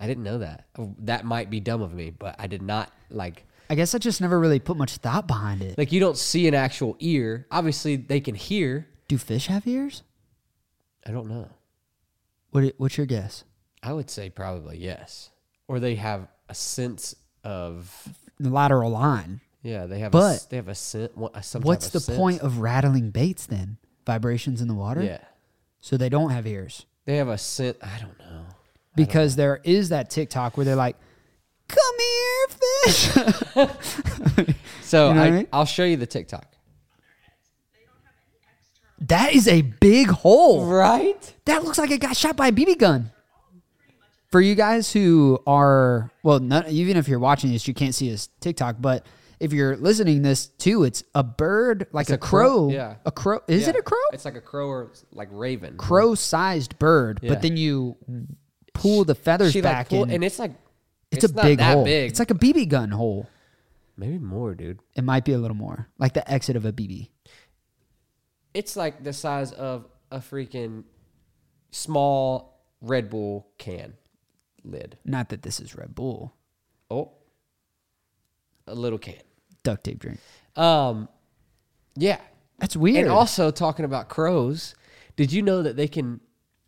I didn't know that. Oh, That might be dumb of me, but I did not like
I guess I just never really put much thought behind it.
like you don't see an actual ear. Obviously, they can hear.
Do fish have ears?
I don't know.
What, what's your guess?
I would say probably yes, or they have a sense of
The lateral line.
yeah. They have a
But-
s- they have a scent. what- a- some type
What's
of
the
sense.
point of rattling baits then? Vibrations in the water?
Yeah,
So they don't have ears.
they have a scent. I don't know.
Because there is that TikTok where they're like, come here, fish.
So
You know
I,
what I mean?
I'll show you the TikTok.
that is a big hole.
Right?
That looks like it got shot by a BB gun. For you guys who are well, not, even if you're watching this, you can't see his TikTok. But if you're listening this too, it's a bird like a,
a
crow.
crow, yeah.
a crow. Is it
Yeah.
a crow?
It's like a crow or s- like raven.
Crow-sized bird,
Yeah.
but then you pull the feathers
She like
back
pull,
in.
and it's like
it's, a
not
big
that
hole.
Big.
It's like a BB gun hole.
maybe more, dude.
It might be a little more, like the exit of a BB.
It's like the size of a freaking small Red Bull can lid.
Not that this is Red Bull
Oh, a little can.
duct tape drink.
Um, yeah.
That's weird.
And also talking about crows, did you know that they can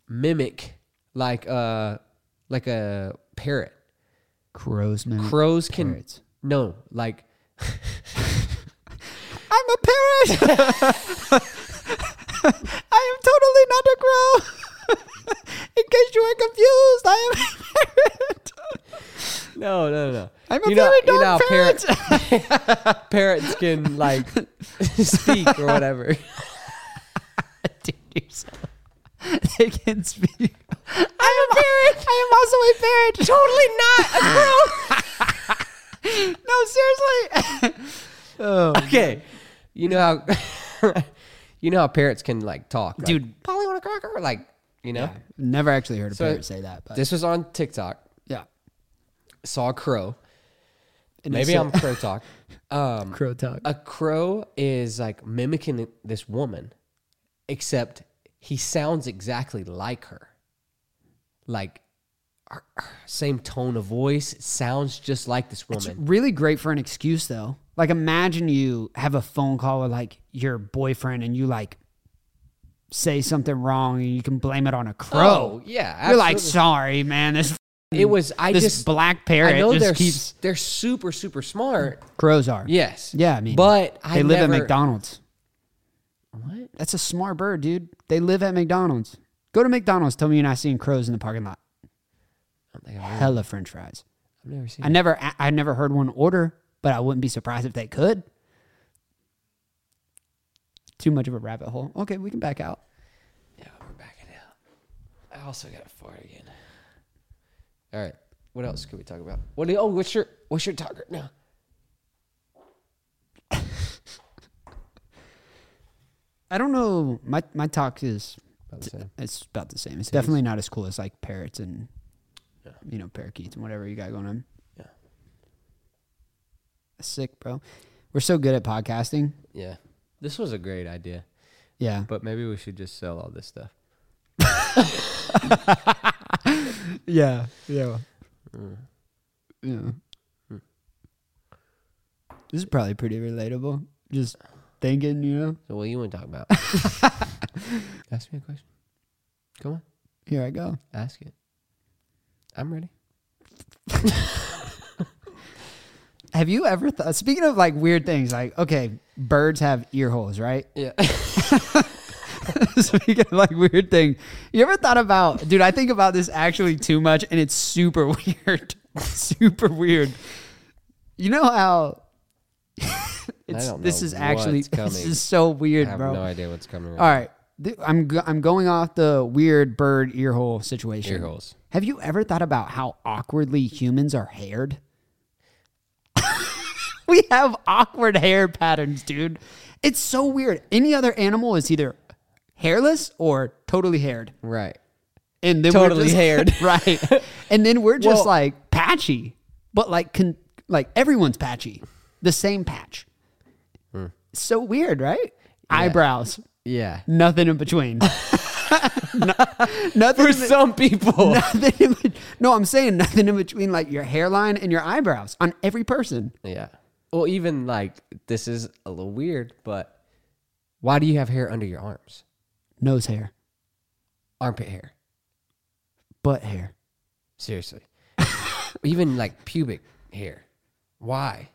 mimic like uh like a parrot?
crows, man.
Crows can
Parrots.
no like
I'm a parrot. I am totally not a crow. In case you were confused, I am a parrot.
no no no.
I'm a very dumb parrot.
parrot- parrots can like speak or whatever.
Dude, you're so- they can speak. I'm a parrot. I am also a parrot. Totally not a crow. no, seriously.
Okay, you know how you know how parrots can like talk, like,
Dude.
Polly want a cracker, like you know.
Never actually heard a
So,
parrot say that, but
This was on TikTok.
yeah.
Saw a crow.
And it's
Maybe
a
I'm crow talk. Um,
crow talk.
a crow is like mimicking this woman, except he sounds exactly like her. Like her- her same tone of voice, sounds just like this
It's
woman.
really great for an excuse though. Like imagine you have a phone call with like your boyfriend and you like say something wrong and you can blame it on a crow.
Oh, yeah,
You're like,
absolutely.
sorry, man, this
It was I
this
just
black parrot
I know
just
they're
keeps
s- they're super super smart.
crows are.
Yes.
Yeah, I mean
but
they
I
live
never,
at McDonald's.
What?
That's a smart bird, dude. They live at McDonald's. Go to McDonald's, tell me you're not seeing crows in the parking lot.
I don't think I've,
Hella French fries.
I've never seen.
I never I, I never heard one order, but I wouldn't be surprised if they could. Too much of a rabbit hole. Okay, we can back out.
Yeah, we're backing out. I also got a fart again. All right. What else can we talk about? What? do- Oh, what's your what's your talk right now?
I don't know. My my talk is
About the same.
it's about the same. It's definitely not as cool as like parrots and you know parakeets and whatever you got going on.
Yeah.
That's sick, bro. We're so good at podcasting.
Yeah. This was a great idea,
Yeah,
but maybe we should just sell all this stuff.
yeah, yeah, Mm. yeah.
Hmm.
This is probably pretty relatable. Just thinking, you know.
So, what you want to talk about? ask me a question. Come on,
Here I go.
ask it. I'm ready.
Have you ever thought? Speaking of like weird things, like okay, birds have ear holes, right?
Yeah.
speaking of like weird thing, you ever thought about, dude? I think about this actually too much, and it's super weird, super weird. You know how? it's,
don't
this
know
is actually
what's coming.
this is so weird,
I have
bro.
no idea what's coming. Right
All right, th- I'm go- I'm going off the weird bird ear hole situation.
Ear holes.
Have you ever thought about how awkwardly humans are haired? we have awkward hair patterns, dude. It's so weird. Any other animal is either hairless or totally haired.
Right.
And then we're
Totally
just,
haired.
right. And then we're just
Well-
like patchy, but like con, like everyone's patchy. The same patch.
Hmm.
So weird, right? Eyebrows.
Yeah.
Nothing in between. no, nothing
For
in the-
some people.
nothing in bet- no, I'm saying nothing in between like your hairline and your eyebrows on every person.
Yeah. Well, even like this is a little weird, but why do you have hair under your arms?
Nose hair,
Armpit hair.
butt hair.
Seriously. even like pubic hair. Why?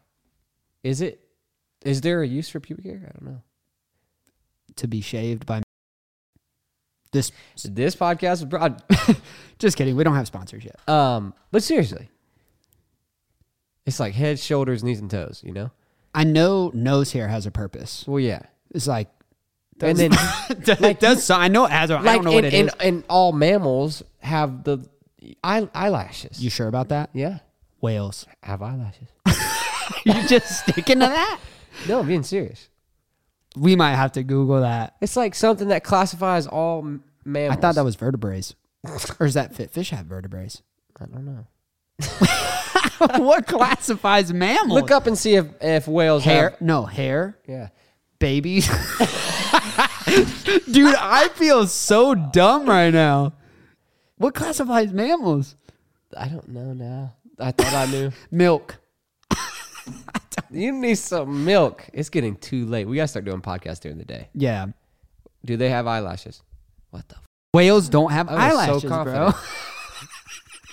Is it is there a use for pubic hair? I don't know.
to be shaved by this
This podcast was broad
just kidding we don't have sponsors yet
um but seriously. It's like head, shoulders, knees and toes, you know?
i know nose hair has a purpose
Well yeah.
it's like
And then
it does so i know it has a, i
like
don't know
and,
what it is.
and, and all mammals have the eye, eyelashes.
you sure about that
yeah.
whales
Have eyelashes.
you just sticking to that
No, I'm being serious.
we might have to google that
It's like something that classifies all m-
i
mammals.
thought that was vertebrae or is that fit fish have vertebrae
I don't know.
what classifies mammals
Look up and see if, if whales
hair
have.
no hair
Yeah.
babies dude i feel so dumb right now what classifies mammals
I don't know now. I thought I knew.
milk
You need some milk. It's getting too late. We got to start doing podcasts during the day.
Yeah.
Do they have eyelashes? What the? F-
Whales don't have
was so
eyelashes, bro.
confident.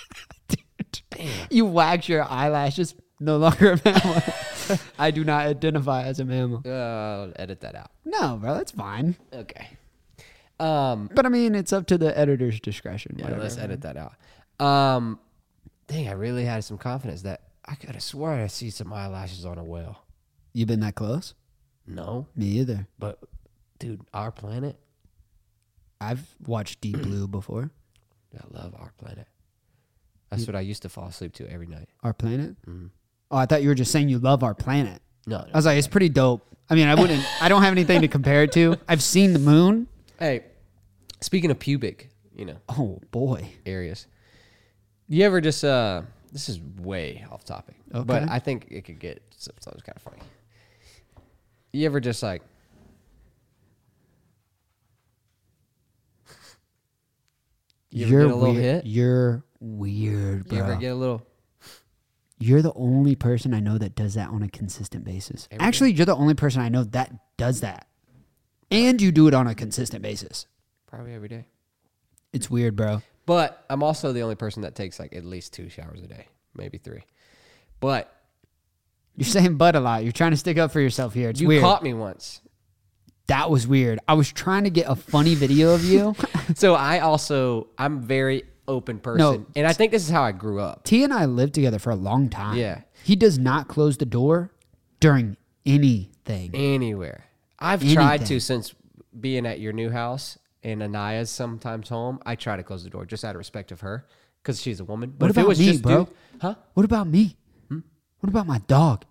Dude, you wax your eyelashes, no longer a mammal. I do not identify as a mammal.
uh, edit that out.
No, bro, that's fine.
Okay. Um,
But I mean, it's up to the editor's discretion.
yeah,
whatever.
let's edit that out. Um, dang, I really had some confidence that I could have sworn I see some eyelashes on a whale.
You been that close?
No,
Me either.
but dude, our planet.
I've watched Deep Blue before.
I love our planet. That's what I used to fall asleep to every night.
Our planet. Oh, I thought you were just saying you love our planet.
No,
I was like, it's pretty dope. I mean, I wouldn't. I don't have anything to compare it to. I've seen the moon.
hey, speaking of pubic, you know,
Oh boy.
areas. You ever just uh this is way off topic.
Okay.
But I think it could get sometimes kind of funny. You ever just like You ever get a little
weird,
hit?
You're weird, bro.
you ever get a little
You're the only person I know that does that on a consistent basis. Actually, you're the only person I know that does that. And you do it on a consistent basis.
probably every day.
It's weird, bro.
But I'm also the only person that takes like at least two showers a day, maybe three. But
You're saying butt a lot. You're trying to stick up for yourself here. It's
you
weird.
caught me once.
that was weird. I was trying to get a funny video of you.
So I also I'm very open person, and I think this is how I grew up.
T and I lived together for a long time.
Yeah.
He does not close the door during anything.
Anywhere I've tried
Anything.
to since being at your new house and Anaya's sometimes home, I try to close the door just out of respect of her because she's a woman. But
What
if
about
it was
me,
just
bro?
dude- huh?
What about me?
Hmm?
What about my dog?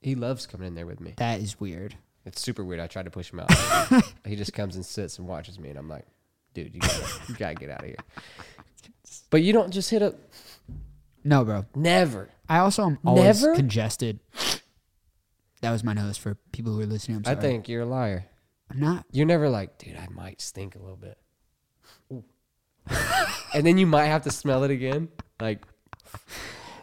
He loves coming in there with me.
That is weird.
It's super weird. I tried to push him out. he just comes and sits and watches me, and I'm like, dude, you gotta, you gotta get out of here. But you don't just hit a
No, bro.
never.
I also am always
Never?
congested. That was my nose for people who are listening. I'm sorry.
I think you're a liar.
I'm not.
You're never like, dude, I might stink a little bit. Ooh." and then you might have to smell it again. Like,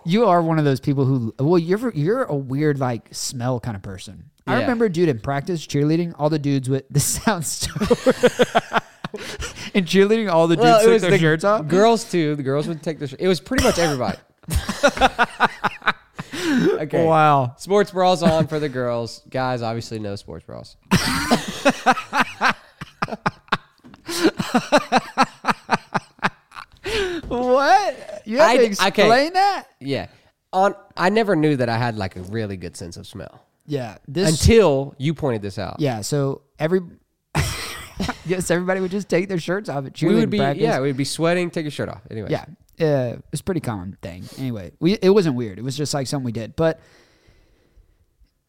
You are one of those people who. Well, you're you're a weird like smell kind of person. I
Yeah.
remember, a dude, in practice cheerleading, all the dudes with this sounds so. and cheerleading, all the dudes
Well, it
took
was
their
the
shirts off.
girls too. The girls would take their sh- It was pretty much everybody. okay.
Wow.
Sports bras on for the girls. Guys, obviously, no sports bras.
What? You have
I
to
d- okay.
explain that?
Yeah. On, I never knew that I had like a really good sense of smell
Yeah. This.
until you pointed this out.
yeah. So every. yes, everybody would just take their shirts off at cheerleading
We would be,
practice.
yeah, we'd be sweating. Take your shirt off. Anyway.
Yeah, uh, it's a pretty common thing. Anyway, we it wasn't weird. It was just like something we did. But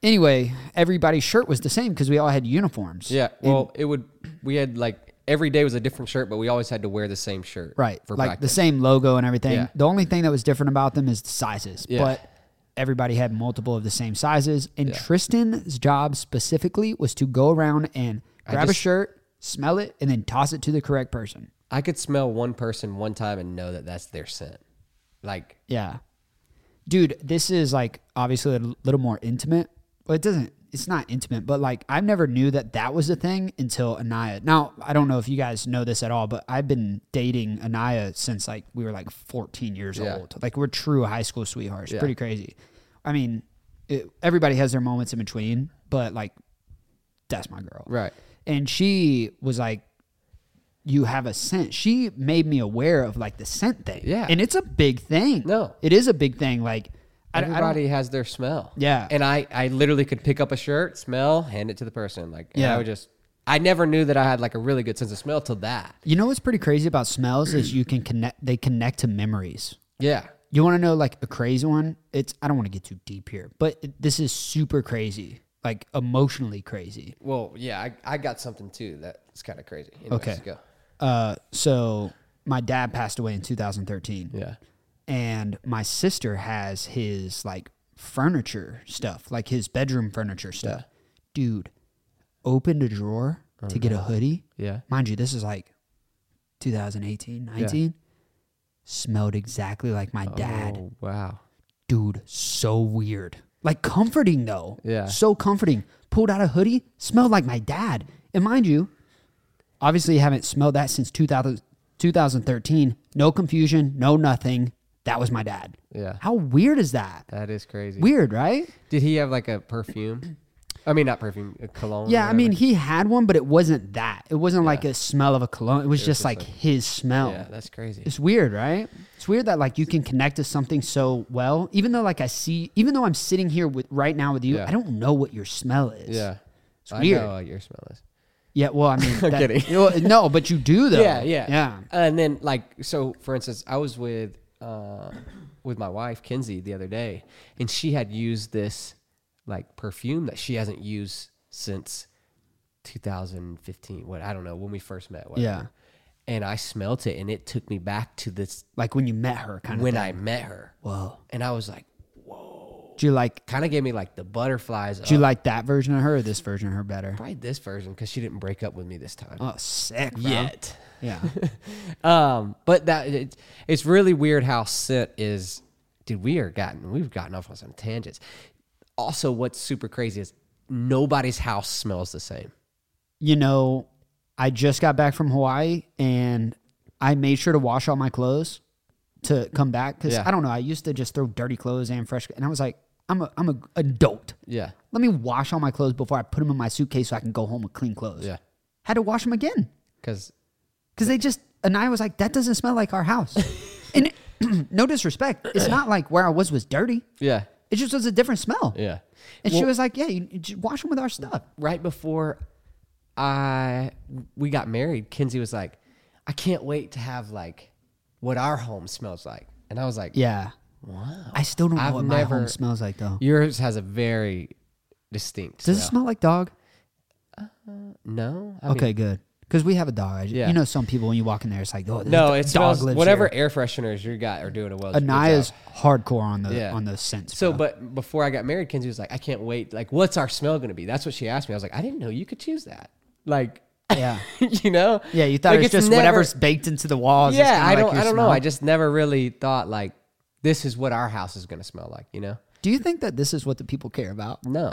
Anyway, everybody's shirt was the same because we all had uniforms.
Yeah. Well, it would. We had like every day was a different shirt, but we always had to wear the same shirt.
Right.
For
like the
practice.
same logo and everything.
Yeah.
The only thing that was different about them is the sizes.
Yeah.
But everybody had multiple of the same sizes. And Tristan's job specifically was to go around and grab a
just-
shirt, smell it, and then toss it to the correct person.
I could smell one person one time and know that that's their scent. Like
Yeah. Dude, this is like obviously a little more intimate. Well, it doesn't, it's not intimate, but like I never knew that that was a thing until Anaya. Now, I don't know if you guys know this at all, but I've been dating Anaya since like we were like 14 years
Yeah.
old. Like we're true high school sweethearts. Pretty crazy. I mean, it, everybody has their moments in between, but like that's my girl.
Right.
And she was like, you have a scent. She made me aware of like the scent thing.
Yeah.
And it's a big thing.
No.
It is a big thing. Like, I, I don't,
everybody has their smell.
Yeah.
And I, I literally could pick up a shirt, smell, hand it to the person. Like, yeah.
Yeah.
I would just, I never knew that I had like a really good sense of smell till that.
you know what's pretty crazy about smells is you can connect, they connect to memories.
Yeah.
You want to know like a crazy one? It's, I don't want to get too deep here, but it, this is super crazy, like emotionally crazy.
Well, yeah, I, I got something too. That's kind of crazy. Anyways,
Okay.
Go.
Uh, so my dad passed away in 2013.
Yeah.
and my sister has his like furniture stuff, like his bedroom furniture stuff. Dude, opened a drawer to get a hoodie.
Uh-huh. Yeah.
Mind you, this is like 2018, 19. Smelled exactly like my dad.
Oh, wow.
Dude, so weird. Like comforting though.
Yeah.
So comforting. Pulled out a hoodie, smelled like my dad. And mind you, obviously haven't smelled that since 2000, 2013. No confusion, no nothing. That was my dad.
Yeah.
How weird is that?
That is crazy.
Weird, right?
Did he have like a perfume? I mean, not perfume, a cologne.
Yeah, I
whatever.
mean, he had one, but it wasn't that. It wasn't like a smell of a cologne. It was just like his smell.
yeah, that's crazy.
It's weird, right? It's weird that like you can connect to something so well, even though like I see, even though I'm sitting here with right now with you,
Yeah.
I don't know what your smell is.
Yeah. It's
weird.
I know what your smell is.
Yeah. Well, I mean, that,
kidding.
you know, no, but you do though.
Yeah, yeah,
Yeah.
And then like so, for instance, I was with uh, with my wife Kinsey the other day, and she had used this like perfume that she hasn't used since 2015. What I don't know when we first met. Whatever.
Yeah.
And I smelt it, and it took me back to this
Like when you met her, kind of.
when I met her,
Whoa.
and I was like,
Do you like?
kind of gave me like the butterflies.
Do you
of
like that version of her or this version of her better?
probably this version because she didn't break up with me this time
Oh, sick. Bro.
yet.
Yeah.
Um, but that it, it's really weird how scent is. Dude, we are gotten we've gotten off on some tangents. Also, what's super crazy is nobody's house smells the same.
you know, I just got back from Hawaii and I made sure to wash all my clothes to come back because
Yeah.
I don't know. I used to just throw dirty clothes and fresh, and I was like, I'm a I'm a adult.
Yeah,
Let me wash all my clothes before I put them in my suitcase so I can go home with clean clothes.
Yeah.
had to wash them again
because
because they just and I was like, that doesn't smell like our house. and it, no disrespect, it's not like where I was was dirty.
yeah,
It just was a different smell.
yeah.
And she was like, yeah, you, you just wash them with our stuff.
Right before I we got married, Kinsey was like, "I can't wait to have like what our home smells like," and I was like,
Yeah. Wow. I still don't know
I've
what my home
never-
smells like though.
yours has a very distinct.
Does it
smell.
smell like dog?
No, I
okay, good. Because we have a dog. I ju-
Yeah.
You know, some people when you walk in there, it's like, oh, this
No,
d-
it
dog
smells
lives
whatever
Here.
air fresheners you got are doing a well. good
Anaya's
job.
hardcore on the
Yeah.
on the scents.
So,
bro.
but before I got married, Kenzie was like, "I can't wait. Like, what's our smell going to be?" That's what she asked me. I was like, "I didn't know you could choose that." Like,
yeah,
you know,
yeah, you thought
Like,
it was
it's
just
never-
whatever's baked into the walls. is
Yeah,
kinda
I
like
don't,
your
I don't know.
smell.
I just never really thought like this is what our house is going to smell like. You know?
Do you think that this is what the people care about?
No,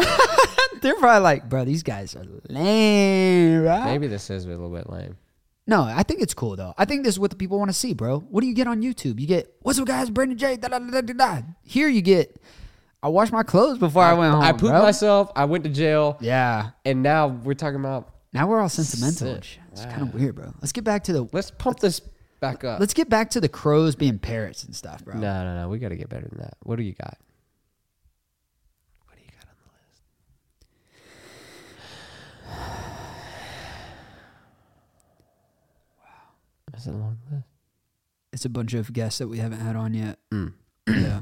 They're probably like, bro, these guys are lame, right?
maybe this is a little bit lame.
No, I think it's cool though. I think this is what the people want to see, bro. What do you get on YouTube? You get what's up, guys? Brandon J. Da, da, da, da, da. Here you get. I washed my clothes before I, went home.
I pooped
Oh, bro.
myself. I went to jail,
Yeah.
and now we're talking about
Now we're all sentimental. and shit. It's kind of weird, bro. Let's get back to the let's,
let's pump this back up.
get back to the crows being parrots and stuff, bro.
no, no, no. We got to get better than that. What do you got? What do you got on the list? Wow. Is it a long list?
It's a bunch of guests that we haven't had on yet. Yeah.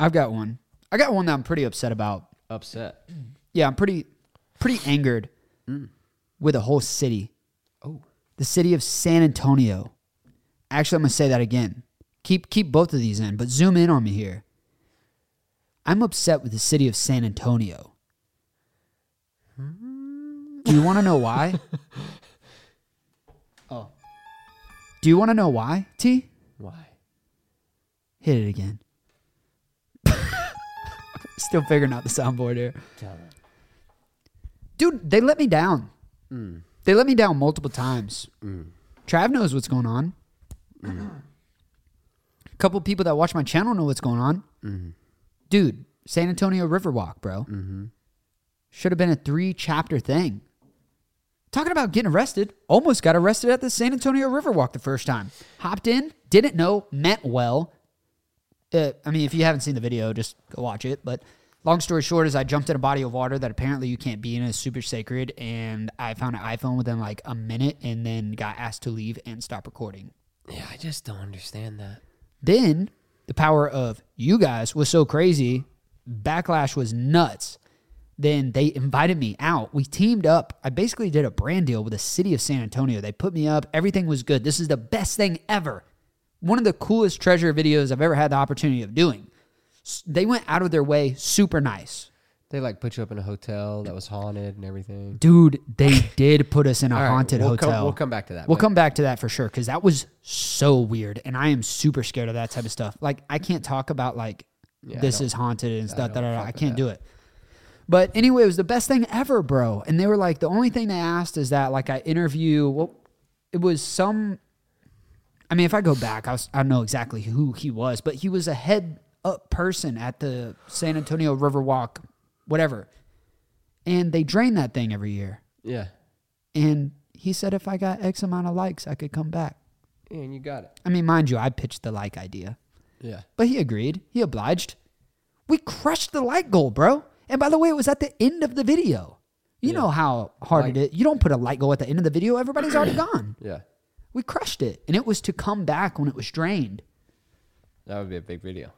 I've got one. I got one that I'm pretty upset about.
Upset.
Yeah, I'm pretty pretty angered with a whole city.
Oh.
The city of San Antonio. Actually, I'm gonna say that again. Keep keep both of these in, but zoom in on me here. I'm upset with the city of San Antonio. Do you wanna know why? oh. Do you wanna know why, T?
Why?
Hit it again. Still figuring out the soundboard here.
Tell them.
Dude, they let me down. They let me down multiple times. Trav knows what's going on. A couple people that watch my channel know what's going on. Dude, San Antonio Riverwalk, bro. Should have been a three chapter thing. Talking about getting arrested, almost got arrested at the San Antonio Riverwalk the first time. Hopped in, didn't know, meant well, uh, I mean, if you haven't seen the video, just go watch it. But long story short is I jumped in a body of water that apparently you can't be in. It's super sacred. And I found an iPhone within like a minute and then got asked to leave and stop recording.
Yeah, I just don't understand that.
Then the power of you guys was so crazy. Backlash was nuts. Then they invited me out. We teamed up. I basically did a brand deal with the city of San Antonio. They put me up. Everything was good. This is the best thing ever. One of the coolest treasure videos I've ever had the opportunity of doing. S- They went out of their way. Super nice.
They like put you up in a hotel that was haunted and everything.
Dude, they did put us in a
All right,
haunted
we'll
hotel.
Come, we'll come back to that.
We'll
but
come back to that for sure because that was so weird, and I am super scared of that type of stuff. Like I can't talk about like
Yeah, I
this
don't-
is haunted and stuff.
don't
Da, da, da,
fuck
I
with
can't
that.
do it. But anyway, it was the best thing ever, bro. And they were like, the only thing they asked is that like I interview. Well, it was some. I mean, if I go back, I, was, I don't know exactly who he was, but he was a head up person at the San Antonio Riverwalk, whatever. And they drain that thing every year.
Yeah.
And he said if I got X amount of likes, I could come back.
yeah. And you got it.
I mean, mind you, I pitched the like idea,
Yeah.
but he agreed. He obliged. We crushed the like goal, bro. And by the way, it was at the end of the video. You know how hard it is. You don't put a like goal at the end of the video, everybody's already gone.
Yeah.
We crushed it. And it was to come back when it was drained.
That would be a big video.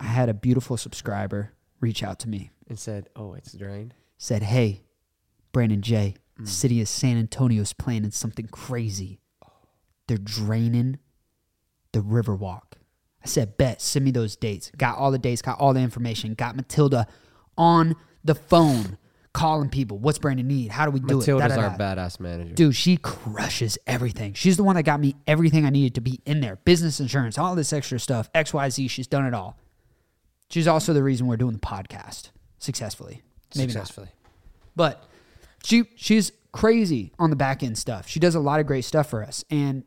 I had a beautiful subscriber reach out to me,
And said, "Oh, it's drained."
said, Hey, Brandon J,
Mm.
the city of San Antonio's planning something crazy. They're draining the Riverwalk. I said, bet, send me those dates. Got all the dates, got all the information, got Matilda on the phone calling people. What's Brandon need? How do we do it?
Matilda's
Da, da,
our
da.
badass manager.
Dude, she crushes everything. She's the one that got me everything I needed to be in there business insurance, all this extra stuff, XYZ. She's done it all. She's also the reason we're doing the podcast successfully. Maybe not
Successfully.
but she she's crazy on the back end stuff. She does a lot of great stuff for us, and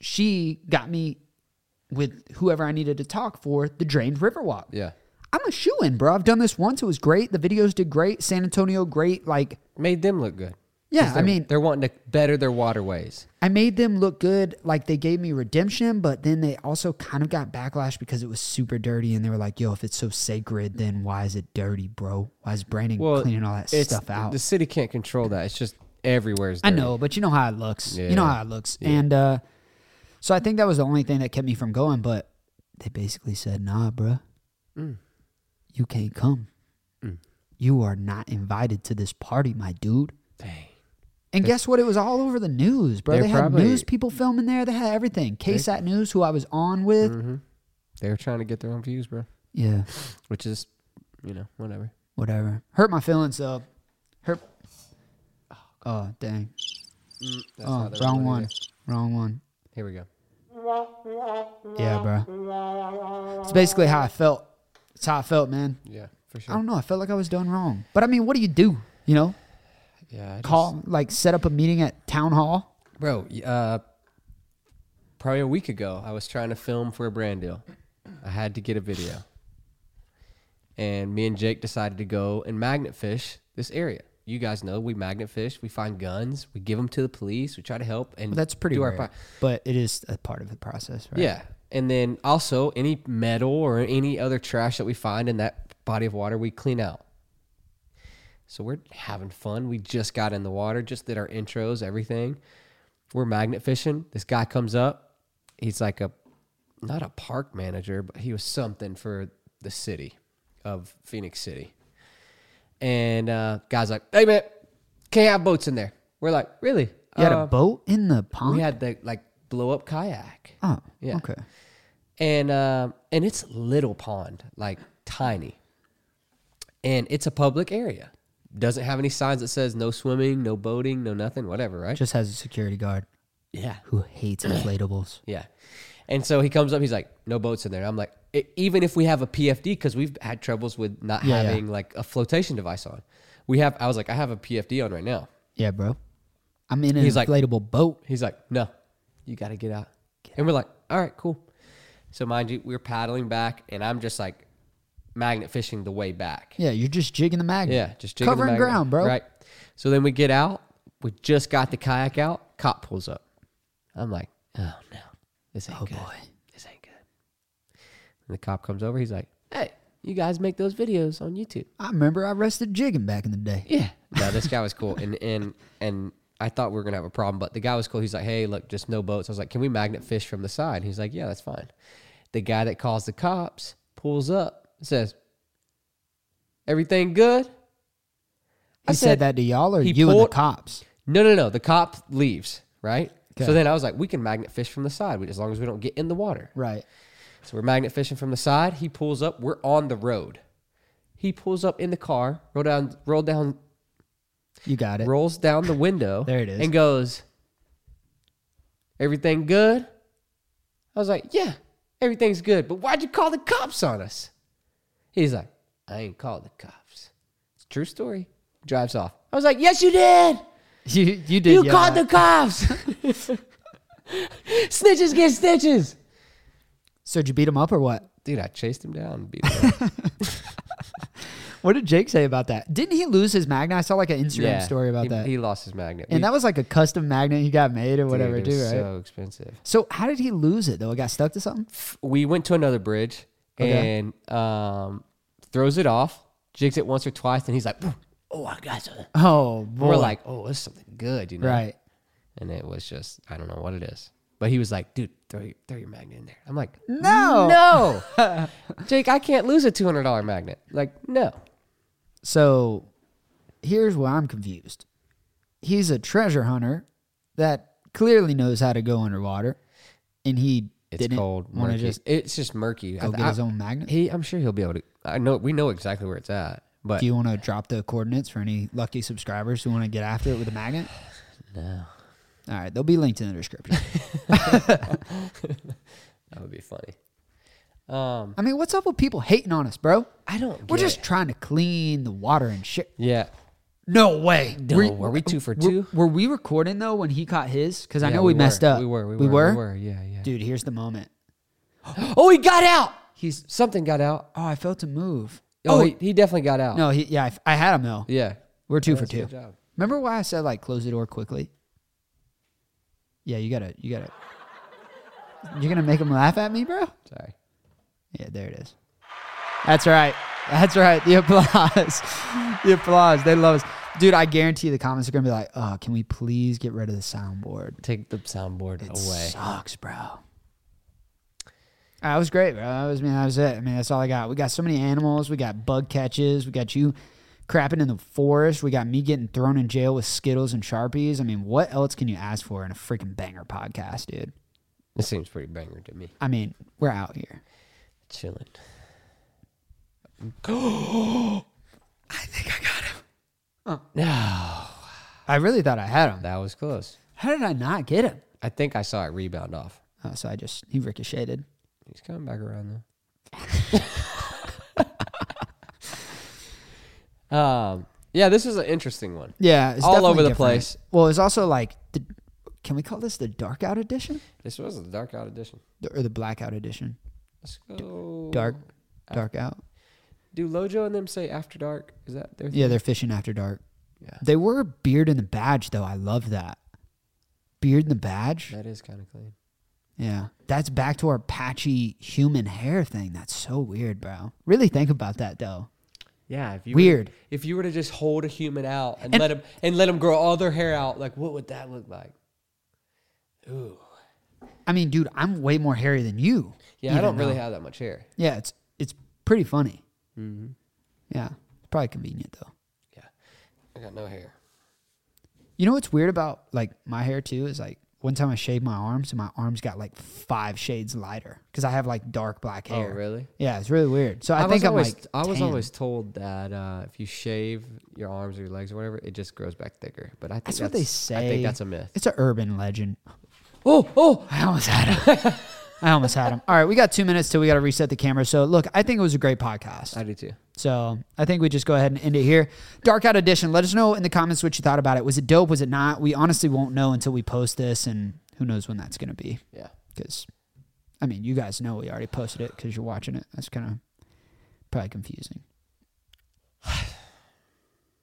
she got me with whoever I needed to talk for the drained Riverwalk.
Yeah.
I'm a shoe in, bro. I've done this once. It was great. The videos did great. San Antonio, great. Like,
Made them look good. 'Cause
yeah, I
they're-
mean,
they're wanting to better their waterways.
I made them look good. Like they gave me redemption, but then they also kind of got backlash because it was super dirty, and they were like, "Yo, if it's so sacred, then why is it dirty, bro? Why is Brandon cleaning all that
it's-
stuff out?"
The city can't control that. It's just everywhere's.
I
dirty.
know, but you know how it looks. You know
Yeah.
how it looks. And uh, so I think that was the only thing that kept me from going. But they basically said, nah, bruh,
Mm.
you can't come. You are not invited to this party, my dude.
Dang.
And guess what? It was all over the news, bro.
They're
They had
probably-
news people filming there. They had everything. KSAT News, who I was on with.
Mm-hmm. They were trying to get their own views, bro.
Yeah,
Which is, you know, whatever.
whatever. Hurt my feelings, though. Hurt. Oh, dang.
That's
Oh,
not the right
wrong
either.
one. Wrong one.
Here we go.
Yeah, bro. It's basically how I felt. It's how I felt, man.
Yeah, for
I
sure.
don't know. I felt like I was done wrong. But I mean, what do you do? You know,
Yeah. I just-
call, like, set up a meeting at town hall.
Bro, y- uh, probably a week ago, I was trying to film for a brand deal. I had to get a video. And me and Jake decided to go and magnet fish this area. You guys know we magnet fish, we find guns, we give them to the police, we try to help. And
Well, that's pretty
do
rare,
part.
but it is a part of the process, right?
Yeah. And then also any metal or any other trash that we find in that body of water, we clean out. So we're having fun. We just got in the water, just did our intros, everything. We're magnet fishing. This guy comes up. He's like a not a park manager, but he was something for the city of Phoenix City. And uh, guys like, hey man, can't have boats in there. We're like, really?
You had
Uh,
a boat in the pond.
We had the like blow up kayak.
oh,
yeah.
Okay.
and um, and it's little pond, like tiny, and it's a public area. Doesn't have any signs that says no swimming, no boating, no nothing, whatever, right?
Just has a security guard
yeah,
who hates inflatables.
yeah. And so he comes up, he's like, "No boats in there." I'm like, "E- "Even if we have a PFD, because we've had troubles with not
Yeah, yeah.
having like a flotation device on, we have." I was like, "I have a PFD on right now."
Yeah, bro. I'm in an
He's like-
inflatable boat.
He's like, no, you got to get out. and we're like, all right, cool. So mind you, we we're paddling back, and I'm just like magnet fishing the way back.
Yeah, you're just jigging the magnet.
Yeah, just jigging the
covering
magnet.
ground, bro.
Right. So then we get out. We just got the kayak out. Cop pulls up. I'm like, oh no, this ain't good.
Oh, boy.
This ain't good. And the cop comes over. He's like, hey, you guys make those videos on YouTube.
I remember I rested jigging back in the day.
Yeah. No, this guy was cool. And and and I thought we were gonna have a problem, but the guy was cool. He's like, Hey, look, just no boats. I was like, Can we magnet fish from the side? He's like, Yeah, that's fine. The guy that calls the cops pulls up, says, Everything good?
He said, that to y'all or
he
you and
pulled-
the cops.
No, no, no. The cop leaves, right?
Okay.
So then I was like, we can magnet fish from the side we- as long as we don't get in the water.
Right.
So we're magnet fishing from the side. He pulls up. We're on the road. He pulls up in the car, roll down, roll down
You got it.
rolls down the window.
There it is.
And goes, Everything good? I was like, Yeah, everything's good. But why'd you call the cops on us? He's like, I ain't called the cops. It's a true story. Drives off. I was like, Yes, you did.
You, you did.
You
yell
called
that.
the cops. Snitches get stitches.
So did you beat him up or what?
Dude, I chased him down. and Beat him up.
What did Jake say about that? Didn't he lose his magnet? I saw like an Instagram
Yeah,
story about
he-
that.
He lost his magnet.
and
We-
that was like a custom magnet he got made or
dude,
whatever,
it
too,
was
right?
So expensive.
So how did he lose it though? It got stuck to something.
we went to another bridge
Okay.
and um, throws it off, jigs it once or twice, and he's like, "Oh, I got something."
Oh boy!
We're like, "Oh, it's something good," you know?
right?
And it was just, I don't know what it is, but he was like, "Dude, throw your throw your magnet in there." I'm like,
No.
no, Jake, I can't lose a two hundred dollar magnet." Like, no,
So here's where I'm confused. He's a treasure hunter that clearly knows how to go underwater, and he
it's
didn't
cold.
want to
Murky.
just
it's just murky.
go
I-
get
I-
his own magnet.
He, I'm sure he'll be able to. I know we know exactly where it's at, but
Do you want to drop the coordinates for any lucky subscribers who want to get after it with a magnet? No. All right, they'll be linked in the description.
that would be funny. Um,
I mean, what's up with people hating on us, bro?
I don't.
We're
get
just
it.
trying to clean the water and shit.
yeah.
No way.
No, were we two for two?
Were, we recording though when he caught his? Because I
Yeah,
know we, messed
were.
up.
We were. We,
We
were.
were.
We were. Yeah, yeah.
Dude, here's the moment.
Oh, he got out. He's something got out.
Oh, I felt a move.
Oh, he, he definitely got out.
no, he, yeah, I, I had him though.
Yeah.
We're two for
that's a
two.
good job.
Remember why I said like close the door quickly? Yeah, you gotta, you gotta. You're gonna make him laugh at me, bro.
Sorry.
Yeah, there it is. That's right. That's right. The applause. the applause. They love us. Dude, I guarantee the comments are going to be like, oh, can we please get rid of the soundboard?
Take the soundboard
It
away.
sucks, bro. That was great, bro. That was, I mean, that was it. I mean, that's all I got. We got so many animals. We got bug catches. We got you crapping in the forest. We got me getting thrown in jail with Skittles and Sharpies. I mean, what else can you ask for in a freaking banger podcast, dude?
This seems pretty banger to me.
I mean, we're out here.
Chilling.
I really thought I had him.
That was close.
How did I not get him?
I think I saw it rebound off.
Oh, so I just he ricocheted.
He's coming back around though. um. Yeah, this is an interesting one.
Yeah, it's
All
definitely
over the
different.
place.
Well, it's also like, the, can we call this the dark out edition
This was the dark out edition.
The- or the blackout edition?
Let's go.
Dark, dark out.
Do Lojo and them say after dark? Is that their?
Yeah, they're fishing after dark.
Yeah.
They were beard in the badge though. I love that. Beard in the badge.
That is kind of clean.
Yeah, that's back to our patchy human hair thing. That's so weird, bro. Really think about that though.
Yeah, if you
Weird.
Were, if you were to just hold a human out and, let him and let him grow all their hair out, like what would that look like?
I mean, dude, I'm way more hairy than you.
Yeah, I
Even
don't really
though-
have that much hair.
Yeah, it's it's pretty funny.
Mm-hmm.
Yeah, it's probably convenient though.
Yeah, I got no hair.
You know what's weird about like my hair too is like one time I shaved my arms and my arms got like five shades lighter because I have like dark black hair.
Oh, really?
Yeah, it's really weird. So I,
was
think I'm
always,
like
I was
tan.
always told that uh, if you shave your arms or your legs or whatever, it just grows back thicker. But I think
that's,
that's,
what they say.
I think that's a myth.
It's an urban legend.
oh, oh,
I almost had him. I almost had him. All right, we got two minutes till we got to reset the camera. So look, I think it was a great podcast.
I do too.
So I think we just go ahead and end it here. Dark Out Edition. Let us know in the comments what you thought about it. Was it dope? Was it not? We honestly won't know until we post this, and who knows when that's going to be.
Yeah,
Because, I mean, you guys know we already posted it because you're watching it. That's kind of probably confusing.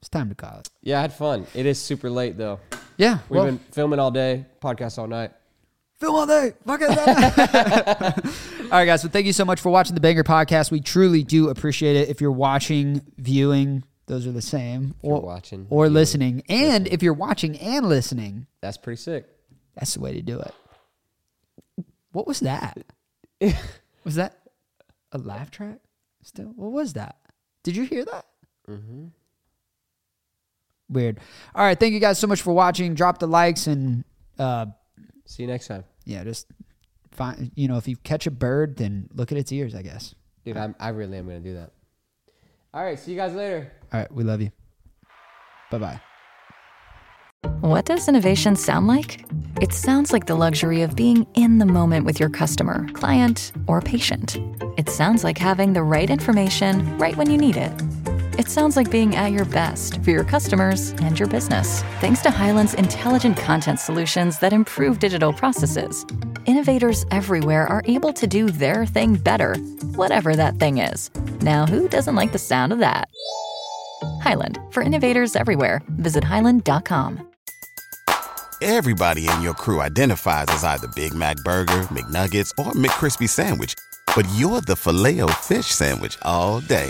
It's time to call it.
yeah, I had fun. It is super late though.
Yeah.
We've
well,
been filming all day, podcast all night.
Film all day. Fuck it. all right, guys. So thank you so much for watching the Banger Podcast. We truly do appreciate it. If you're watching, viewing, those are the same.
you're watching,
or
viewing,
listening. And if you're watching and listening,
That's pretty sick.
that's the way to do it. What was that? was that a laugh track? Still, what was that? Did you hear that? Mm-hmm. Weird. All right. Thank you guys so much for watching. Drop the likes and. Uh,
See you next time,
yeah, just find you know if you catch a bird, then look at its ears. I guess.
dude. I'm, I really am gonna do that. All right, see you guys later.
All right, we love you. Bye bye.
What does innovation sound like? It sounds like the luxury of being in the moment with your customer, client, or patient. It sounds like having the right information right when you need it. It sounds like being at your best for your customers and your business. Thanks to Highland's intelligent content solutions that improve digital processes, innovators everywhere are able to do their thing better, whatever that thing is. Now, who doesn't like the sound of that? Highland, for innovators everywhere, visit highland.com.
Everybody in your crew identifies as either Big Mac Burger, McNuggets, or McCrispy Sandwich. But you're the filet fish Sandwich all day.